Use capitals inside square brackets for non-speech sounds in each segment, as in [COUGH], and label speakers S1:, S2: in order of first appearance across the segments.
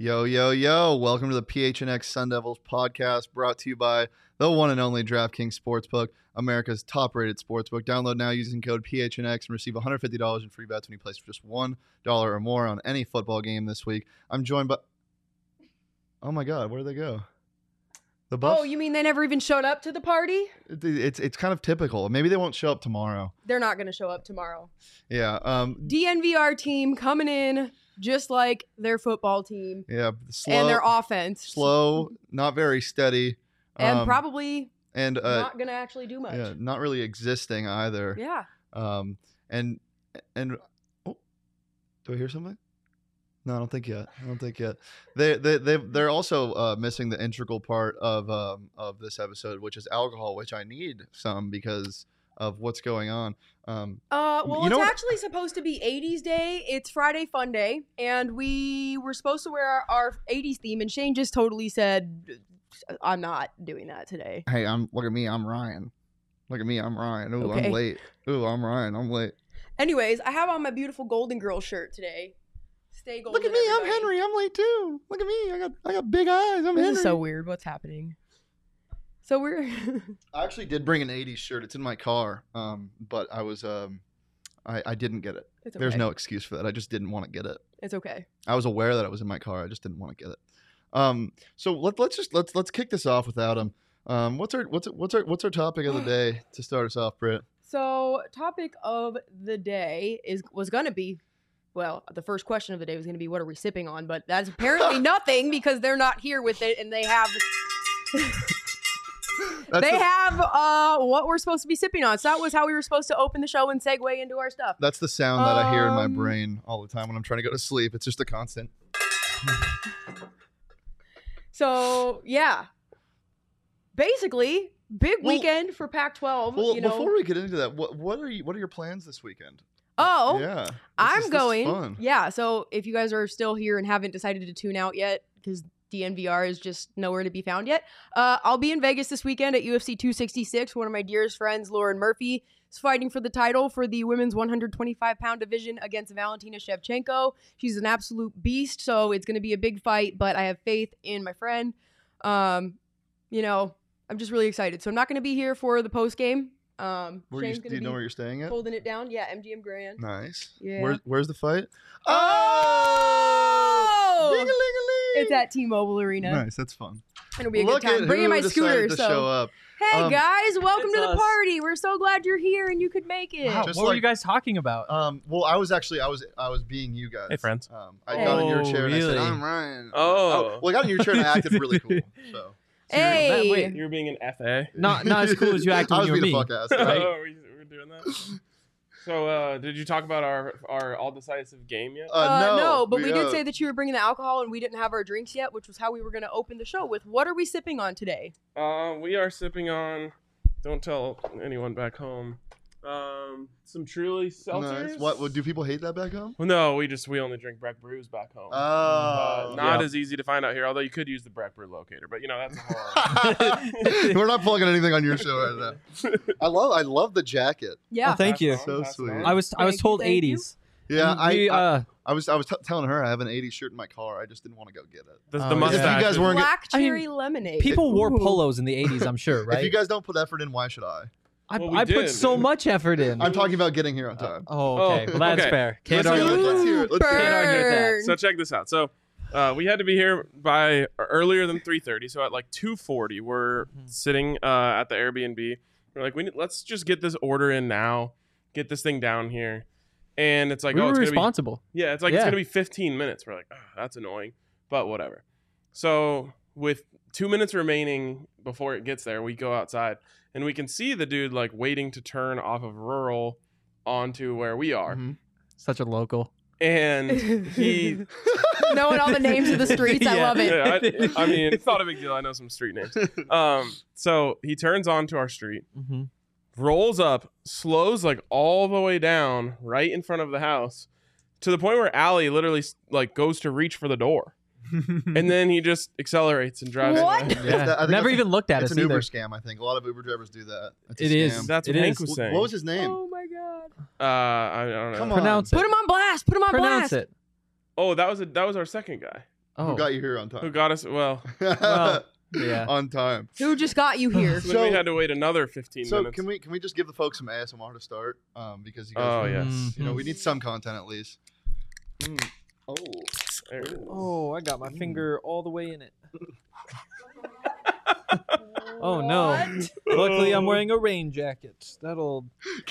S1: Yo, yo, yo. Welcome to the PHNX Sun Devils podcast brought to you by the one and only DraftKings Sportsbook, America's top rated sportsbook. Download now using code PHNX and receive $150 in free bets when you place for just $1 or more on any football game this week. I'm joined by. Oh my God, where did they go? The Buffs?
S2: Oh, you mean they never even showed up to the party?
S1: It- it's, it's kind of typical. Maybe they won't show up tomorrow.
S2: They're not going to show up tomorrow.
S1: Yeah. Um,
S2: DNVR team coming in just like their football team
S1: yeah. Slow,
S2: and their offense.
S1: slow, not very steady.
S2: And
S1: um,
S2: probably
S1: and uh,
S2: not going to actually do much.
S1: yeah,
S2: Yeah.
S1: not really existing either. Um, and and oh, do I hear something? No, I don't think yet. I don't think yet. They they they they're also uh, missing the integral part of um, of this episode, which is alcohol, which I need some because of what's going on. Um,
S2: Uh,
S1: You
S2: well,
S1: know
S2: it's
S1: what-
S2: actually supposed to be 80s day. It's Friday Fun Day, and we were supposed to wear our, our 80s theme, and Shane just totally said, I'm not doing that today.
S1: hey, I'm look at me, I'm Ryan. Look at me, I'm Ryan. Ooh,
S2: Okay.
S1: I'm late. Ooh, I'm Ryan. I'm late.
S2: Anyways, I have on my beautiful Golden Girl shirt today. Stay golden.
S1: look at me, I'm
S2: everybody.
S1: Henry. I'm late too. Look at me, I got I got big eyes. I'm Henry.
S2: [LAUGHS] This is so weird. What's happening? So we're [LAUGHS]
S1: I actually did bring an '80s shirt. It's in my car, um, but I was um, I, I didn't get it.
S2: it's okay.
S1: There's no excuse for that. I just didn't want to get it.
S2: It's okay.
S1: I was aware that it was in my car. I just didn't want to get it. Um, so let, let's just let's let's kick this off without him. Um, what's our what's what's our what's our topic of the day to start us off, Britt?
S2: So topic of the day is was gonna be, well, the first question of the day was gonna be what are we sipping on, but
S1: [LAUGHS]
S2: that's apparently nothing because they're not here with it and they have
S1: That's
S2: they
S1: the,
S2: have uh what we're supposed to be sipping on. So that was how we were supposed to open the show and segue into our stuff.
S1: that's the sound that I hear in my
S2: Um,
S1: brain all the time when I'm trying to go to sleep. It's just a constant.
S2: So yeah, basically big
S1: Well-
S2: weekend for Pac-12.
S1: Well,
S2: you know,
S1: before we get into that, what what are you what are your plans this weekend?
S2: oh
S1: yeah, this
S2: I'm
S1: is- this is
S2: going.
S1: fun.
S2: Yeah. So if you guys are still here and haven't decided to tune out yet, because DNVR is just nowhere to be found yet, uh, I'll be in Vegas this weekend at UFC 266. One of my dearest friends, Lauren Murphy, is fighting for the title for the women's 125 pound division against Valentina Shevchenko. She's an absolute beast, so it's going to be a big fight. But I have faith in my friend. Um, you know, I'm just really excited. So I'm not going to be here for the post game. Um,
S1: Where you,
S2: Shane's
S1: do
S2: going
S1: you
S2: to be
S1: know where you're staying at?
S2: holding it down. Yeah, MGM Grand.
S1: Nice.
S2: Yeah.
S1: Where's where's the fight?
S2: Oh!
S1: Ding-a-ling-a-ling!
S2: It's at T-Mobile Arena.
S1: Nice, that's fun.
S2: It'll be a good time.
S1: at
S2: Bringing
S1: who
S2: my
S1: decided
S2: scooter.
S1: to show
S2: So
S1: up.
S2: hey
S1: Um,
S2: guys, welcome
S3: It's
S2: to the
S3: us.
S2: party. We're so glad you're here and you could make it.
S3: Wow,
S1: Just
S3: Oh, what were you
S1: like-
S3: guys talking
S4: Oh,
S3: about?
S1: Um, well, I was actually I was I was being you guys.
S3: Hey, friends.
S1: Um, I got in your
S3: Oh,
S1: chair and I said,
S3: really?
S1: "I'm Ryan."
S3: Oh.
S1: well, I got in your chair and I acted [LAUGHS] really cool. So
S2: hey,
S3: you were being an FA.
S1: Not- [LAUGHS]
S3: Not
S1: not
S3: as cool as you acted
S1: I
S3: when
S1: was
S3: you were
S1: being
S3: me.
S1: a fuck ass, right?
S3: oh, we, we were doing that. So, uh, did you talk about our our all decisive game yet?
S1: uh,
S2: [LAUGHS] Uh,
S1: no,
S2: but we,
S1: uh, [LAUGHS]
S2: did say that you were bringing the alcohol and we didn't have our drinks yet, which was how we were going to open the show with. What are we sipping on today?
S3: Uh, we are sipping on. Don't tell anyone back home. Um, some truly seltzers.
S1: nice. What well, do people hate that back [LAUGHS] home?
S3: Well, no, we just we only drink Breck brews back home.
S1: Oh,
S3: Uh, not
S1: Yeah.
S3: as easy to find out here, although you could use the Breck brew locator, but you know that's a
S1: [LAUGHS]
S3: whole.
S1: We're not plugging anything on your show [LAUGHS] right now. I love I love the jacket.
S2: Yeah.
S4: Oh, thank you.
S3: That's
S1: So
S3: that's
S1: sweet.
S4: I was I
S2: Thank
S4: was
S2: you,
S4: told
S2: thank you.
S4: 80s.
S1: Yeah,
S4: And
S1: I,
S4: we,
S1: I [LAUGHS]
S4: uh,
S1: I was I was t- telling her I have an '80s shirt in my car. I just didn't want to go get it.
S3: The, the
S4: Oh, yeah.
S3: mustache.
S1: If you guys
S3: is-
S1: weren't
S2: Black
S4: I mean,
S2: cherry lemonade.
S4: people wore
S2: Ooh.
S4: polos in the 80s. I'm sure,
S1: [LAUGHS]
S4: right?
S1: If you guys don't put effort in, why should I?
S4: I,
S3: Well, we
S4: I
S3: did.
S4: put so much effort
S1: [LAUGHS]
S4: in.
S1: I'm talking about getting here on time.
S4: [LAUGHS] oh, okay.
S3: Oh,
S4: well, that's
S3: okay.
S4: fair. Can't
S1: Let's
S4: argue
S1: go.
S4: with
S1: Let's
S4: that.
S1: hear it. Let's hear it.
S4: Can't argue with that.
S2: Burn. [LAUGHS]
S3: So check this out. So uh, we had to be here by earlier than 3:30. So at like 2:40, we're
S4: Mm-hmm.
S3: sitting uh, at the Airbnb. We're like, we need, let's just get this order in now. Get this thing down here. And it's like,
S4: we
S3: oh,
S4: were
S3: it's gonna
S4: responsible.
S3: be yeah, it's like it's
S4: Yeah.
S3: gonna be 15 minutes. We're like, oh, that's annoying, but whatever. So with two minutes remaining before it gets there, we go outside and we can see the dude
S4: Mm-hmm.
S3: like waiting to turn off of rural onto where we are.
S1: Mhm.
S3: [LAUGHS]
S4: Such a local.
S3: and he
S2: [LAUGHS] Knowing all the names of the streets, I
S4: [LAUGHS] Yeah.
S2: love it.
S3: yeah, I, I mean
S4: [LAUGHS]
S3: it's not a big deal i know some street names um so he turns onto our street
S4: hmm
S3: rolls up slows like all the way down right in front of the house to the point where Allie literally like goes to reach for the door
S1: [LAUGHS] Mm-hmm.
S3: and then he just accelerates and drives
S2: What?
S3: away.
S1: that- I
S4: Yeah.
S1: think
S4: Mm-hmm. Never
S1: that's a-
S4: even looked at
S1: it's
S4: us
S1: an Uber
S4: either.
S1: scam, I think. A lot of Uber drivers do that. It's a
S4: It is.
S1: scam.
S3: that's what
S4: It
S3: hank
S4: is.
S3: was saying
S1: What was his name?
S2: Oh my god.
S3: uh i don't know
S1: Come on.
S4: Pronounce
S2: Put
S4: it.
S2: him on blast. Put him on
S4: Pronounce
S2: blast.
S4: it.
S3: oh that was a that was our second guy
S4: Oh,
S1: Who got you here on time?
S3: who got us well
S1: [LAUGHS]
S4: Well, yeah.
S1: on time.
S2: Who just got you here?
S3: so,
S1: So-
S3: then we had to wait another 15
S1: So
S3: minutes
S1: can we can we just give the folks some ASMR to start? Um, because you
S3: oh
S1: guys, Mm-hmm.
S3: yes
S1: you know, we
S4: Mm-hmm.
S1: need some content at least. Mm.
S4: [LAUGHS]
S1: Oh,
S3: There it is.
S4: Oh, I got my finger all the way in it. [LAUGHS] Oh no!
S2: What?
S4: Luckily, I'm
S3: Oh.
S4: wearing a rain jacket. That'll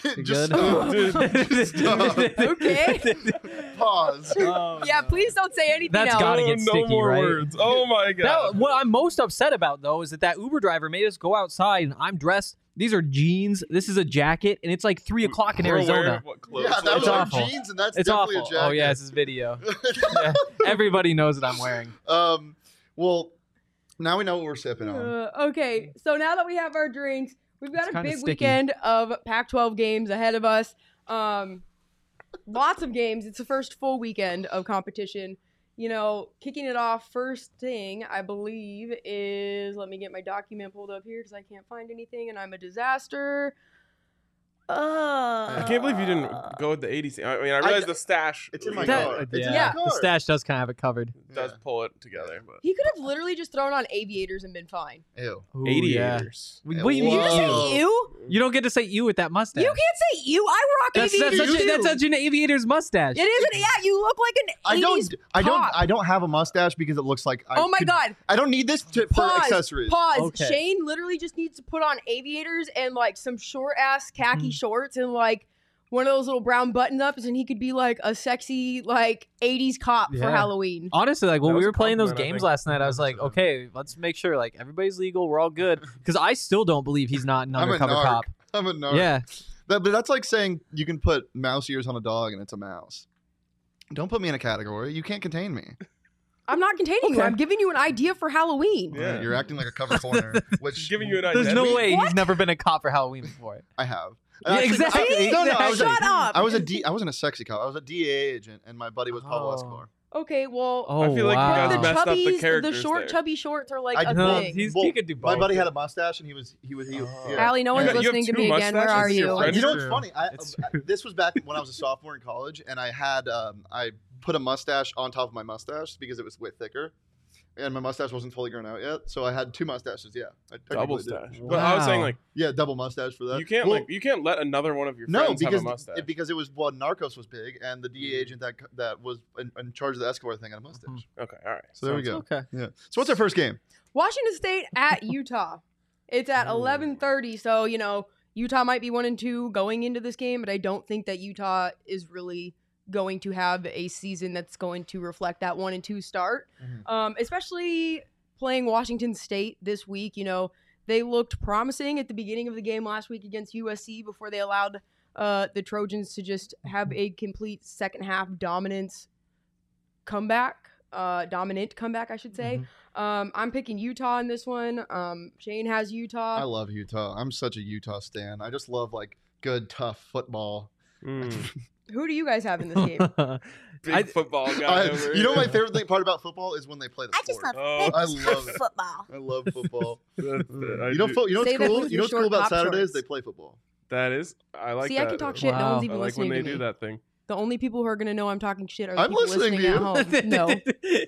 S4: be
S1: just [LAUGHS]
S4: good.
S1: stop.
S4: [LAUGHS]
S1: stop.
S2: Okay.
S1: pause.
S4: Oh,
S2: Yeah,
S4: no.
S2: please don't say anything
S4: That's
S2: else.
S4: gotta
S3: Oh,
S4: get
S3: no
S4: sticky,
S3: more
S4: right?
S3: words oh my
S4: That,
S3: god
S4: what I'm most upset about though is that that Uber driver made us go outside, and I'm dressed. These are jeans. This is a jacket, and it's like three o'clock in
S3: We're aware
S4: Arizona.
S3: of what clothes
S1: Yeah, that
S3: look
S1: was
S4: It's
S1: our
S4: awful.
S1: jeans, and that's
S4: It's
S1: definitely
S4: awful.
S1: a jacket.
S4: Oh yeah, it's this video.
S1: [LAUGHS]
S4: Yeah. Everybody knows what I'm wearing.
S1: Um, well, now we know what we're sipping on.
S2: Uh, okay, so now that we have our drinks, we've got
S4: It's
S2: a
S4: kinda
S2: big
S4: sticky.
S2: weekend of Pac-12 games ahead of us. Um, lots of games. It's the first full weekend of competition. You know, kicking it off first thing I believe is let me get my document pulled up here because I can't find anything and I'm a disaster. Uh,
S3: I can't believe you didn't go with the 80s. I mean, I realize the stash
S1: [LAUGHS] It's in my
S3: that
S1: car. It's in
S2: Yeah.
S1: my car.
S4: the stash does kind of have it covered.
S3: does
S1: Yeah.
S3: pull it together. But
S2: He could have literally just thrown on aviators and been fine.
S1: Ew.
S4: Ooh, yeah.
S3: Aviators.
S4: What do you
S2: Did
S4: mean?
S2: you just
S1: Whoa.
S4: you?
S2: say you?
S4: You don't get to say you with that mustache.
S2: You can't say you. I rock
S4: that's, that's,
S2: aviators
S4: such a,
S2: too.
S4: that's such an aviator's mustache.
S2: It isn't. Yeah, you look like an.
S1: I don't.
S2: 80s
S1: I don't.
S2: pop.
S1: I don't have a mustache because it looks like. I
S2: oh my
S1: could-
S2: god!
S1: I don't need this to, for
S2: Pause.
S1: accessories.
S2: Pause.
S4: Okay.
S2: Shane literally just needs to put on aviators and like some short ass khaki
S1: Mm-hmm.
S4: Mhm.
S2: shorts and like one of those little brown button ups, and he could be like a sexy like '80s cop for
S4: Yeah.
S2: Halloween.
S4: Honestly, like when
S3: That was
S4: we
S3: a
S4: were playing those
S3: compliment, I
S4: games
S3: think.
S4: last night, I was like,
S3: [LAUGHS]
S1: That's what
S4: okay, let's make sure like everybody's legal, we're all good. Because I still don't believe he's not an
S1: I'm a
S4: undercover
S1: narc.
S4: cop.
S1: I'm a narc.
S4: Yeah,
S1: That, but that's like saying you can put mouse ears on a dog and it's a mouse. Don't put me in a category. You can't contain me.
S2: I'm not containing you.
S4: Okay.
S2: I'm giving you an idea for Halloween.
S3: Yeah.
S1: You're acting like a cover
S4: [LAUGHS]
S1: corner,
S3: Just
S1: which
S3: giving you an idea.
S4: there's no way
S2: What?
S4: he's never been a cop for Halloween before.
S1: I have.
S4: Yeah, exactly,
S1: I, no, no, I was, a-
S2: Shut up.
S1: I was a D. I wasn't a sexy cop. I was a DA agent, and my buddy was Pablo
S4: Oh.
S1: Escobar.
S2: okay, well,
S4: Oh,
S3: feel like you
S4: wow.
S3: guys
S2: the
S3: Wow. messed up the
S2: chubbies, the,
S3: characters
S2: short
S3: there.
S2: chubby shorts are like
S1: I
S2: [LAUGHS] a
S4: No,
S2: thing.
S4: he's, he
S1: Well,
S4: could do both.
S1: My buddy had a mustache, and he was he was he.
S4: Oh.
S1: yeah.
S2: Allie, no one's
S1: You got-
S3: you have
S2: listening to
S3: two
S2: me again. Where
S3: mustaches?
S2: are
S3: It's your
S2: you?
S3: friend.
S1: You know
S4: True.
S1: what's funny? I,
S4: It's
S1: I- this was back when I was a sophomore in college, and I had um, I put a mustache on top of my mustache because it was way thicker, and my mustache wasn't fully grown out yet. So I had two mustaches. Yeah, I- I technically
S3: double
S1: did.
S3: stash. But I was saying
S4: Wow.
S3: like
S1: Yeah, double mustache for that.
S3: you can't
S1: Well,
S3: like you can't let another one of your
S1: no
S3: friends have a
S1: because
S3: mustache. Mm-hmm.
S1: it, because it was well, Narcos was big, and the DA agent that c- that was in, in charge of the Escobar thing had a mustache.
S4: Mhm.
S3: okay, all right.
S1: So there we go.
S4: Okay.
S1: Yeah. So what's our first game?
S2: Washington State at Utah. It's at
S3: Ooh.
S2: eleven thirty, so you know Utah might be one and two going into this game, but I don't think that Utah is really going to have a season that's going to reflect that one and two start.
S1: Mhm.
S2: Um, especially playing Washington State this week, you know they looked promising at the beginning of the game last week against USC before they allowed uh, the Trojans to just have a complete second half dominance comeback, uh, dominant comeback, I should say.
S4: Mhm.
S2: Um, I'm picking Utah in this one. Um, Shane has
S5: Uh,
S1: I
S2: Utah.
S1: love Utah. I'm such a Utah stan. I just love like good tough football. [LAUGHS]
S3: Mm.
S2: Who do you guys have in this
S4: [LAUGHS]
S2: game?
S3: Big
S4: I-
S3: [LAUGHS]
S1: [LAUGHS]
S3: football guy
S1: I-
S3: over
S1: you know
S3: here.
S1: my [LAUGHS] favorite thing, part about football is when they play the
S5: I just
S1: sport.
S5: love
S1: [LAUGHS]
S3: Oh,
S1: I love it.
S5: football.
S1: I love football.
S3: [LAUGHS] that's it. I
S1: you know,
S3: do-
S1: fo- you know what's
S2: Say that
S1: cool?
S2: with
S1: You
S2: your
S1: know what's cool
S2: short
S1: about
S2: pop
S1: Saturdays?
S2: shorts.
S1: They play football.
S3: that is I like
S2: See,
S3: that.
S2: I can talk shit. No
S4: Wow.
S2: one's
S3: I
S2: even
S3: like
S2: listening
S3: when they
S2: to
S3: do
S2: me.
S3: that thing.
S2: The only people who are gonna know I'm talking shit are the
S1: I'm
S2: people
S1: listening
S2: listening,
S1: to
S2: at
S4: [LAUGHS]
S1: [LAUGHS]
S2: home. No,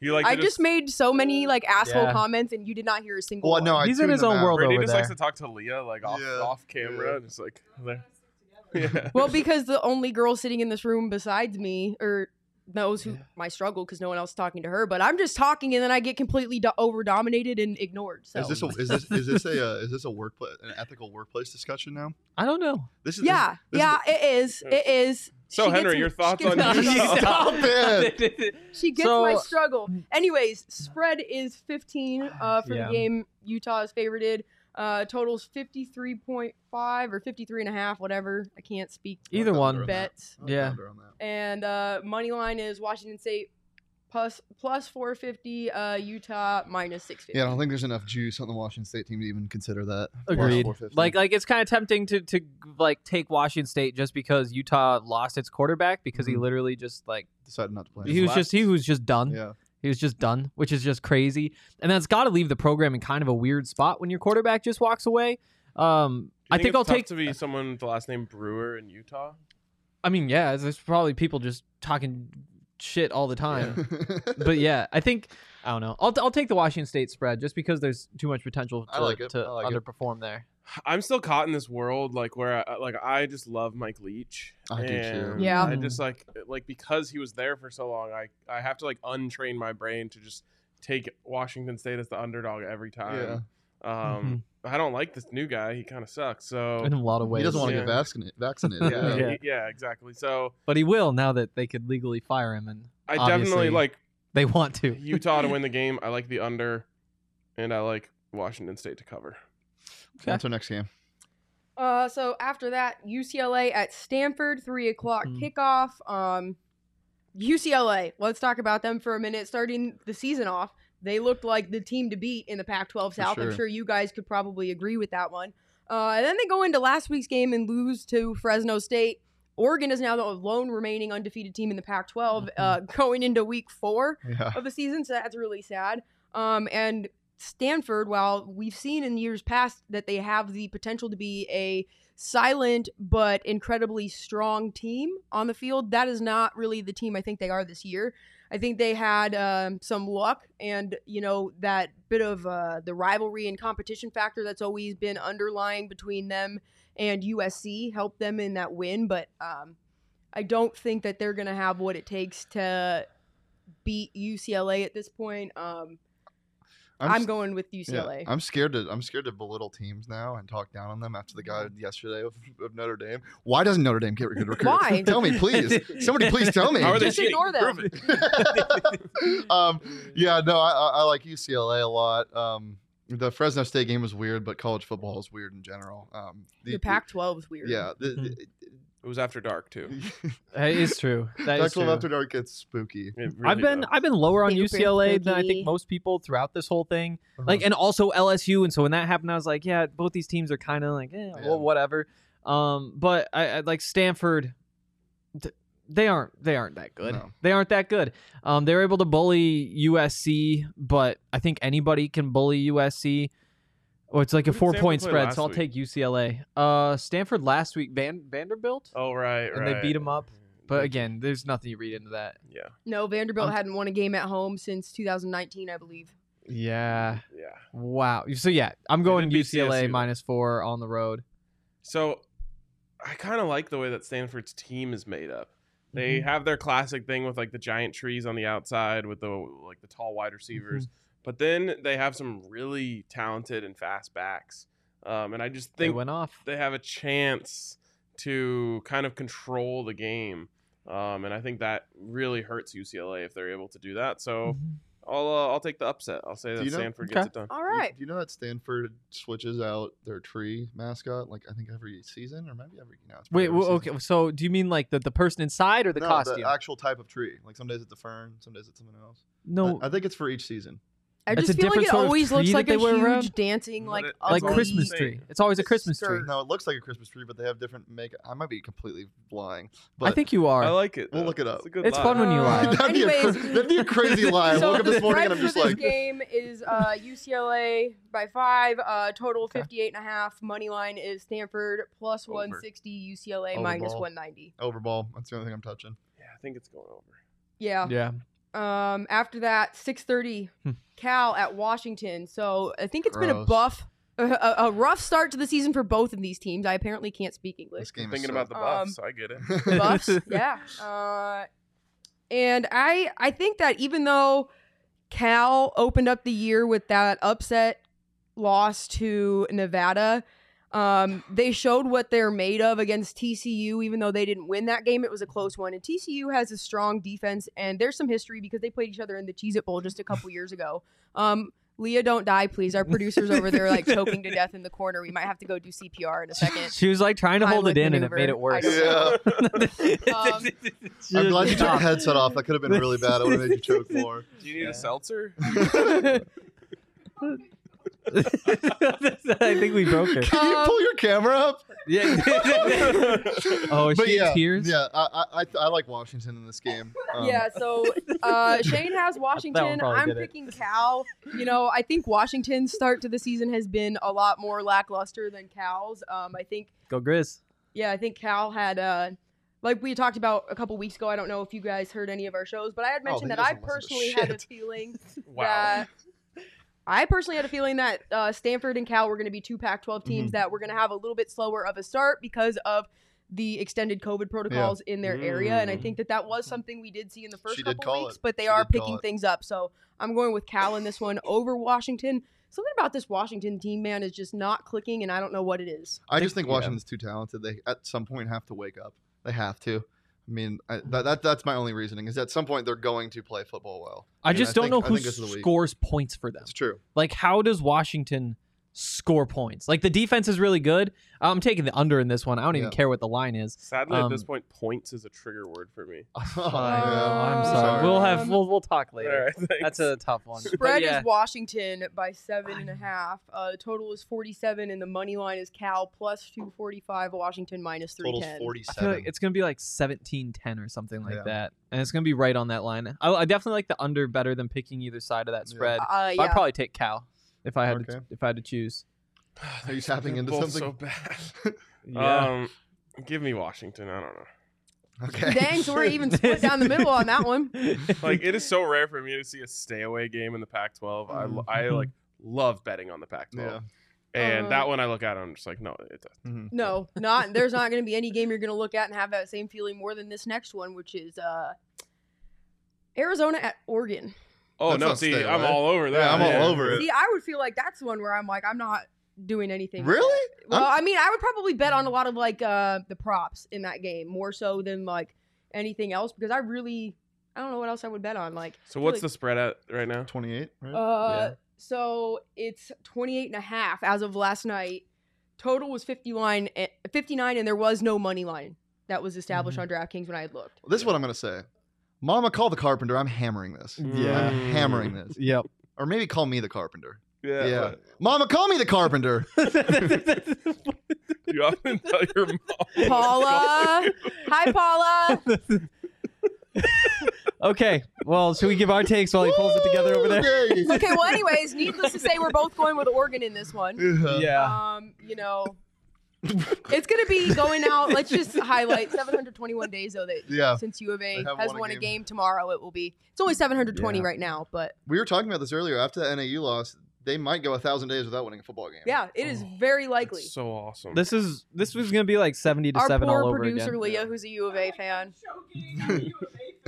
S3: You like
S2: I
S3: to
S2: just made so many like asshole
S4: Yeah.
S2: comments, and you did not hear a single.
S1: Well, no,
S2: one.
S1: I
S4: He's
S1: tuned
S4: in his
S1: them
S4: own
S1: out.
S4: world
S3: Brady
S4: over
S3: just
S4: there.
S3: likes to talk to Leah like off
S1: Yeah.
S3: off camera
S1: Yeah.
S3: and it's like [LAUGHS]
S1: [LAUGHS]
S3: there. Yeah.
S2: Well, because the only girl sitting in this room besides me, or knows who
S4: Yeah.
S2: my struggle, because no one else is talking to her. But I'm just talking, and then I get completely do- over dominated and ignored. So
S1: Is this a is this is this [LAUGHS] a uh, is this a workplace an ethical workplace discussion now?
S4: I don't know.
S1: This is
S2: yeah,
S1: this is
S2: yeah, it is, it is.
S3: So,
S2: She gets
S3: Henry,
S2: me- [LAUGHS]
S3: your
S2: she
S3: thoughts
S2: gets
S3: on
S2: me-
S3: Utah?
S1: Stop it.
S2: She gets my
S4: So-
S2: struggle. Anyways, spread is 15 uh, for
S4: Yeah.
S2: the game. Utah is favorited. Uh, totals 53.5 or 53 and a half, whatever. I can't speak
S4: [LAUGHS] Either
S1: Over
S4: one.
S1: under. that.
S2: bets.
S1: I'll
S4: Yeah.
S1: ponder on that.
S2: And uh, money line is Washington State plus plus 450, uh, Utah minus 650.
S1: Yeah, I don't think there's enough juice on the Washington State team to even consider that. Plus
S4: Agreed.
S1: 450.
S4: Like like it's kind of tempting to to like take Washington State just because Utah lost its quarterback because he
S1: Mhm.
S4: literally just like
S1: decided not to play.
S4: he was just he was just done.
S1: yeah,
S4: He was just done, which is just crazy. And that's got to leave the program in kind of a weird spot when your quarterback just walks away. Um, I
S3: Do you
S4: think,
S3: it's
S4: I'll
S3: tough
S4: take.
S3: to be someone with the last name Brewer in Utah.
S4: I mean, yeah, there's probably people just talking shit all
S1: [LAUGHS]
S4: the time. but yeah, I think I don't know. I'll, I'll take the Washington State spread just because there's too much potential
S1: I
S4: to,
S1: like it.
S4: to
S1: I like it.
S4: underperform there.
S3: I'm still caught in this world like where I, like I just love Mike Leach.
S1: I do too.
S3: and
S2: Yeah.
S3: I just like uh, like because he was there for so long, I I have to like untrain my brain to just take Washington State as the underdog every time.
S4: Mm-hmm.
S3: Um I don't like this new guy. He kind of sucks. So
S4: In a lot of ways,
S1: Oh. he doesn't want to
S3: Yeah.
S1: get vaccinated. Vaccinated. [LAUGHS] yeah.
S4: [LAUGHS]
S3: yeah,
S4: Yeah.
S3: he- yeah, exactly. So
S4: but he will now that they could legally fire him, and
S3: I
S4: Obviously.
S3: definitely like
S4: they want [LAUGHS] to.
S3: Utah to win the game. I like the under, and I like Washington State to cover.
S1: That's our next game.
S2: Uh, so after that, UCLA at Stanford, three o'clock
S4: Mhm.
S2: kickoff. Um, UCLA. Let's talk about them for a minute. Starting the season off, they looked like the team to beat in the Pac-12 South.
S1: sure.
S2: I'm sure you guys could probably agree with that one. Uh, and then they go into last week's game and lose to Fresno State. Oregon is now the lone remaining undefeated team in the Pac-12 uh, [LAUGHS] going into Week Four
S1: Yeah.
S2: [LAUGHS] of the season, so that's really sad. Um, and Stanford, while we've seen in years past that they have the potential to be a silent but incredibly strong team on the field, that is not really the team I think they are this year. I think they had um, some luck and, you know, that bit of uh, the rivalry and competition factor that's always been underlying between them and USC helped them in that win. But um, I don't think that they're going to have what it takes to beat UCLA at this point. Um, I'm,
S1: s-
S2: going with
S1: yeah,
S2: UCLA.
S1: I'm scared to I'm scared to belittle teams now and talk down on them after the guy yesterday of, of Notre Dame. Why doesn't Notre Dame get
S2: [LAUGHS]
S1: good recruits?
S2: Why?
S1: [LAUGHS] tell me, please. Somebody, please tell me.
S3: How are
S1: [LAUGHS]
S3: they
S2: Just
S3: cheating?
S2: ignore them.
S3: Prove it.
S1: um, yeah, no, I, I, I like UCLA a lot. Um, the Fresno State game was weird, but college football is weird in general. Um,
S2: the Pac-12 is weird.
S1: Yeah, the,
S4: Mhm.
S3: It was after dark too.
S1: [LAUGHS]
S4: It is true. Mm-hmm. That is
S1: Pac-12
S4: true.
S1: after dark gets spooky.
S3: It
S4: I've
S3: really
S4: been
S3: does.
S4: I've been lower on
S2: Super
S4: UCLA than I
S2: spooky.
S4: think most people throughout this whole thing.
S1: Uh-huh.
S4: Like and also LSU, and so when that happened, I was like, yeah, both these teams are kind of like, eh,
S1: Yeah.
S4: well, whatever. Um, but I, I like Stanford. th- They aren't they aren't that good.
S1: No.
S4: They aren't that good. Um, they're able to bully USC, but I think anybody can bully USC. Or Oh, it's like
S3: Who
S4: a
S3: did
S4: four point
S3: Stanford play
S4: spread,
S3: last
S4: so I'll
S3: week?
S4: take UCLA. Uh, Stanford last week, Van- Vanderbilt.
S3: Oh right,
S4: and they
S3: right. Mm-hmm.
S4: beat 'em up, But again, there's nothing you read into that.
S3: yeah,
S2: No, Vanderbilt
S4: I'm-
S2: hadn't won a game at home since 2019, I believe.
S4: Yeah.
S3: yeah.
S4: Wow. So yeah, I'm going
S3: did beat
S4: UCLA
S3: CSU.
S4: minus four on the road.
S3: So I kind of like the way that Stanford's team is made up. They
S4: Mm-hmm.
S3: have their classic thing with like the giant trees on the outside with the like the tall wide receivers,
S4: Mm-hmm.
S3: but then they have some really talented and fast backs. Um, and I just
S4: They
S3: think
S4: went off.
S3: they have a chance to kind of control the game. Um, and I think that really hurts UCLA if they're able to do that. So
S4: Mhm.
S3: I'll uh, I'll take the upset. I'll say that
S1: you know-
S3: Stanford
S4: Okay.
S3: gets it done.
S2: All
S1: Do-
S2: right.
S1: Do you know that Stanford switches out their tree mascot? Like I think every season, or maybe every no. It's probably
S4: Wait.
S1: every
S4: Well,
S1: season.
S4: okay. So do you mean like the, the person inside or the
S1: no,
S4: costume?
S1: the actual type of tree. Like some days it's a fern, some days it's something else.
S4: no.
S1: I, I think it's for each season.
S2: I
S4: That's
S2: just
S4: a
S2: feel like
S4: different
S2: it
S4: sort of
S2: always
S4: tree
S2: looks
S4: that
S2: like
S4: they
S2: a
S4: wear
S2: huge
S4: around?
S2: dancing,
S3: But
S2: like
S3: it-
S4: like
S3: That's all
S2: ugly-
S4: Christmas
S3: insane.
S4: tree. It's always a Christmas
S2: Sure.
S4: tree.
S1: No, it looks like a Christmas tree, but they have different make. I might be completely lying, but
S4: I think you
S3: I
S4: are.
S3: like it.
S1: We'll
S3: though.
S1: look it up.
S3: It's, a good
S4: It's
S3: line.
S4: fun
S3: [LAUGHS]
S4: when you lie.
S1: [LAUGHS]
S2: Uh,
S1: that'd, be a, cra-
S2: anyways,
S1: that'd
S2: [LAUGHS]
S1: be a crazy lie. I
S2: so
S1: woke up
S2: the
S1: this morning and I'm
S2: spread for
S1: just
S2: this
S1: like,
S2: game is uh, UCLA by five. Uh, total
S4: Okay.
S2: 58 and a half. Money line is Stanford plus
S3: Over.
S2: 160, UCLA
S1: Over
S2: minus
S1: ball.
S2: 190.
S1: overball. That's the only thing I'm touching.
S3: Yeah, I think it's going over.
S2: Yeah.
S4: yeah.
S2: Um, after that, 6:30,
S4: Hmm.
S2: Cal at Washington. So I think it's been a
S1: Gross.
S2: buff, a, a, a rough start to the season for both of these teams. I apparently can't speak English.
S1: This game
S3: Thinking
S1: is
S3: about the
S2: Um,
S3: Buffs, so I get
S1: [LAUGHS]
S3: it.
S2: [LAUGHS]
S1: the.
S2: Buffs, yeah. Uh, and I I think that even though Cal opened up the year with that upset loss to Nevada. Um, they showed what they're made of against TCU, even though they didn't win that game. It was a close one. And TCU has a strong defense, and there's some history because they played each other in the Cheez It Bowl just a couple years ago. Um, Leah, don't die, please. Our producer's over there like choking to death in the corner. We might have to go do CPR in a second.
S4: She was like trying to hold
S2: Heimlich
S4: it in, and it
S2: maneuver.
S4: made it worse.
S1: [LAUGHS]
S4: [LAUGHS]
S1: Yeah.
S2: Um,
S1: I'm glad you took the
S4: Stop.
S1: headset
S4: [LAUGHS]
S1: off. That could have been really bad. It would have made you choke more.
S3: Do you need
S4: Yeah. [LAUGHS]
S3: a [LAUGHS] seltzer?
S4: I think we broke
S1: [LAUGHS]
S4: her.
S1: Can you
S2: Um,
S1: pull your camera up?
S4: Yeah. [LAUGHS] oh, is
S1: But
S4: she in
S1: yeah,
S4: tears?
S1: yeah. I, I I- I like Washington in this game. Um,
S2: [LAUGHS] yeah, so uh, Shane
S1: [LAUGHS]
S2: has Washington.
S4: probably
S2: I'm
S4: did it.
S2: picking Cal. You know, I think Washington's start to the season has been a lot more lackluster than Cal's. Um, I think
S4: Go Grizz.
S2: yeah, I think Cal had uh like we talked about a couple weeks ago. I don't know if you guys heard any of our shows, but I had
S1: Oh,
S2: mentioned
S1: then
S2: that
S1: he
S2: I
S1: doesn't listen to
S2: personally had a
S1: shit.
S2: feeling
S3: Wow.
S2: that I personally had a feeling that uh, Stanford and Cal were going to be two Pac-12 teams
S1: Mm-hmm.
S2: that were going to have a little bit slower of a start because of the extended COVID protocols in their area, and I
S3: Mm.
S2: think that that was something we did see in the first
S1: She did
S2: couple
S1: call
S2: weeks.
S1: it.
S2: But they
S1: She
S2: are
S1: did call
S2: picking
S1: it.
S2: things up, so I'm going with Cal in this one over Washington. Something about this Washington team, man, is just not clicking, and I don't know what it is.
S1: I just think
S4: yeah.
S1: Washington's too talented. They at some point have to wake up. They have to. I mean, I,
S4: Hmm.
S1: that, that that's my only reasoning is at some point they're going to play football well.
S4: I
S1: And
S4: just don't
S1: think-
S4: know
S1: I
S4: who
S1: think this is the week.
S4: scores points for them.
S1: It's true. [LAUGHS]
S4: Like, how does Washington score points? Like, the defense is really good. I'm taking the under in this one. I don't even
S1: Yeah.
S4: care what the line is.
S3: Sadly, at this
S4: Um,
S3: point, points is a trigger word for me.
S4: Oh,
S1: yeah.
S4: I'm sorry.
S1: Sorry.
S4: We'll have we'll, we'll talk
S3: All
S4: later.
S3: right, thanks.
S4: That's
S3: [SIGHS]
S4: a tough one. But
S2: Spread
S4: Oh, yeah.
S2: is Washington by seven and a half. Uh, total is 47, and the money line is Cal plus 245, Washington minus
S1: Totals
S2: 310.
S4: I feel
S1: 47.
S4: like it's gonna be like 17-10 or something like
S1: Yeah.
S4: that, and it's gonna be right on that line. I, I definitely like the under better than picking either side of that
S1: Yeah.
S4: spread.
S2: Uh,
S4: But
S2: yeah.
S4: I'd probably take Cal if I had to,
S1: Okay.
S4: if I had to choose.
S1: Are you tapping
S3: They're
S1: into
S3: both
S1: something?
S3: So bad.
S1: [LAUGHS]
S4: Yeah.
S3: Um, give me Washington. I don't know.
S1: okay.
S2: [LAUGHS]
S1: [LAUGHS]
S2: Dang, so we're even split down the middle on that one.
S3: Like it is so rare for me to see a stay away game in the Pac-12. I lo- I like love betting on the Pac-12,
S1: Mm-hmm. Yeah.
S3: and
S2: Uh,
S3: that one I look at, and I'm just like, no, it,
S4: Mm-hmm.
S1: Mhm.
S2: No, not there's not going to be any game you're going to look at and have that same feeling more than this next one, which is uh, Arizona at Oregon.
S3: oh
S1: That's
S3: no,
S1: not
S3: see,
S1: stay
S3: I'm
S1: away.
S3: all over that.
S1: Yeah, I'm all over it.
S2: See, I would feel like that's one where I'm like, I'm not doing anything. with
S1: Really?
S2: that. Well, i mean, I would probably bet on a lot of like uh, the props in that game more so than like anything else because I really I don't know what else I would bet on. Like,
S3: So what's
S2: Really?
S3: the spread at right now?
S1: 28, right?
S2: uh, so it's 28 and a half as of last night. Total was 50 line, 59, and there was no money line that was established on DraftKings when I had looked.
S1: this is what I'm going to say. Mama, call the carpenter. I'm hammering this.
S4: Yeah.
S1: I'm hammering this.
S4: [LAUGHS] Yep.
S1: Or maybe call me the carpenter.
S3: Yeah.
S1: Yeah. Mama, call me the carpenter.
S3: You often tell your mom.
S2: Paula, hi Paula.
S4: okay. Well, should we give our takes while he pulls it together over there?
S1: Yay.
S2: Okay, well, anyways, needless to say, we're both going with Oregon in this one.
S4: [LAUGHS] Yeah.
S2: Um, you know, it's gonna be going out. Let's just highlight 721 days though that
S1: Yeah.
S2: since U of A
S1: They have
S2: has
S1: won a
S2: won a
S1: game.
S2: game tomorrow, it will be. It's only 720
S4: Yeah.
S2: right now, but
S1: We were talking about this earlier. After the NAU loss, they might go a thousand days without winning a football game.
S2: [LAUGHS] yeah, it is very likely.
S3: That's so awesome.
S4: This is this was gonna be like seventy to
S2: Our
S4: seven
S2: poor
S4: all over
S2: producer
S4: again.
S2: Leah, who's a U of A fan.
S1: [LAUGHS]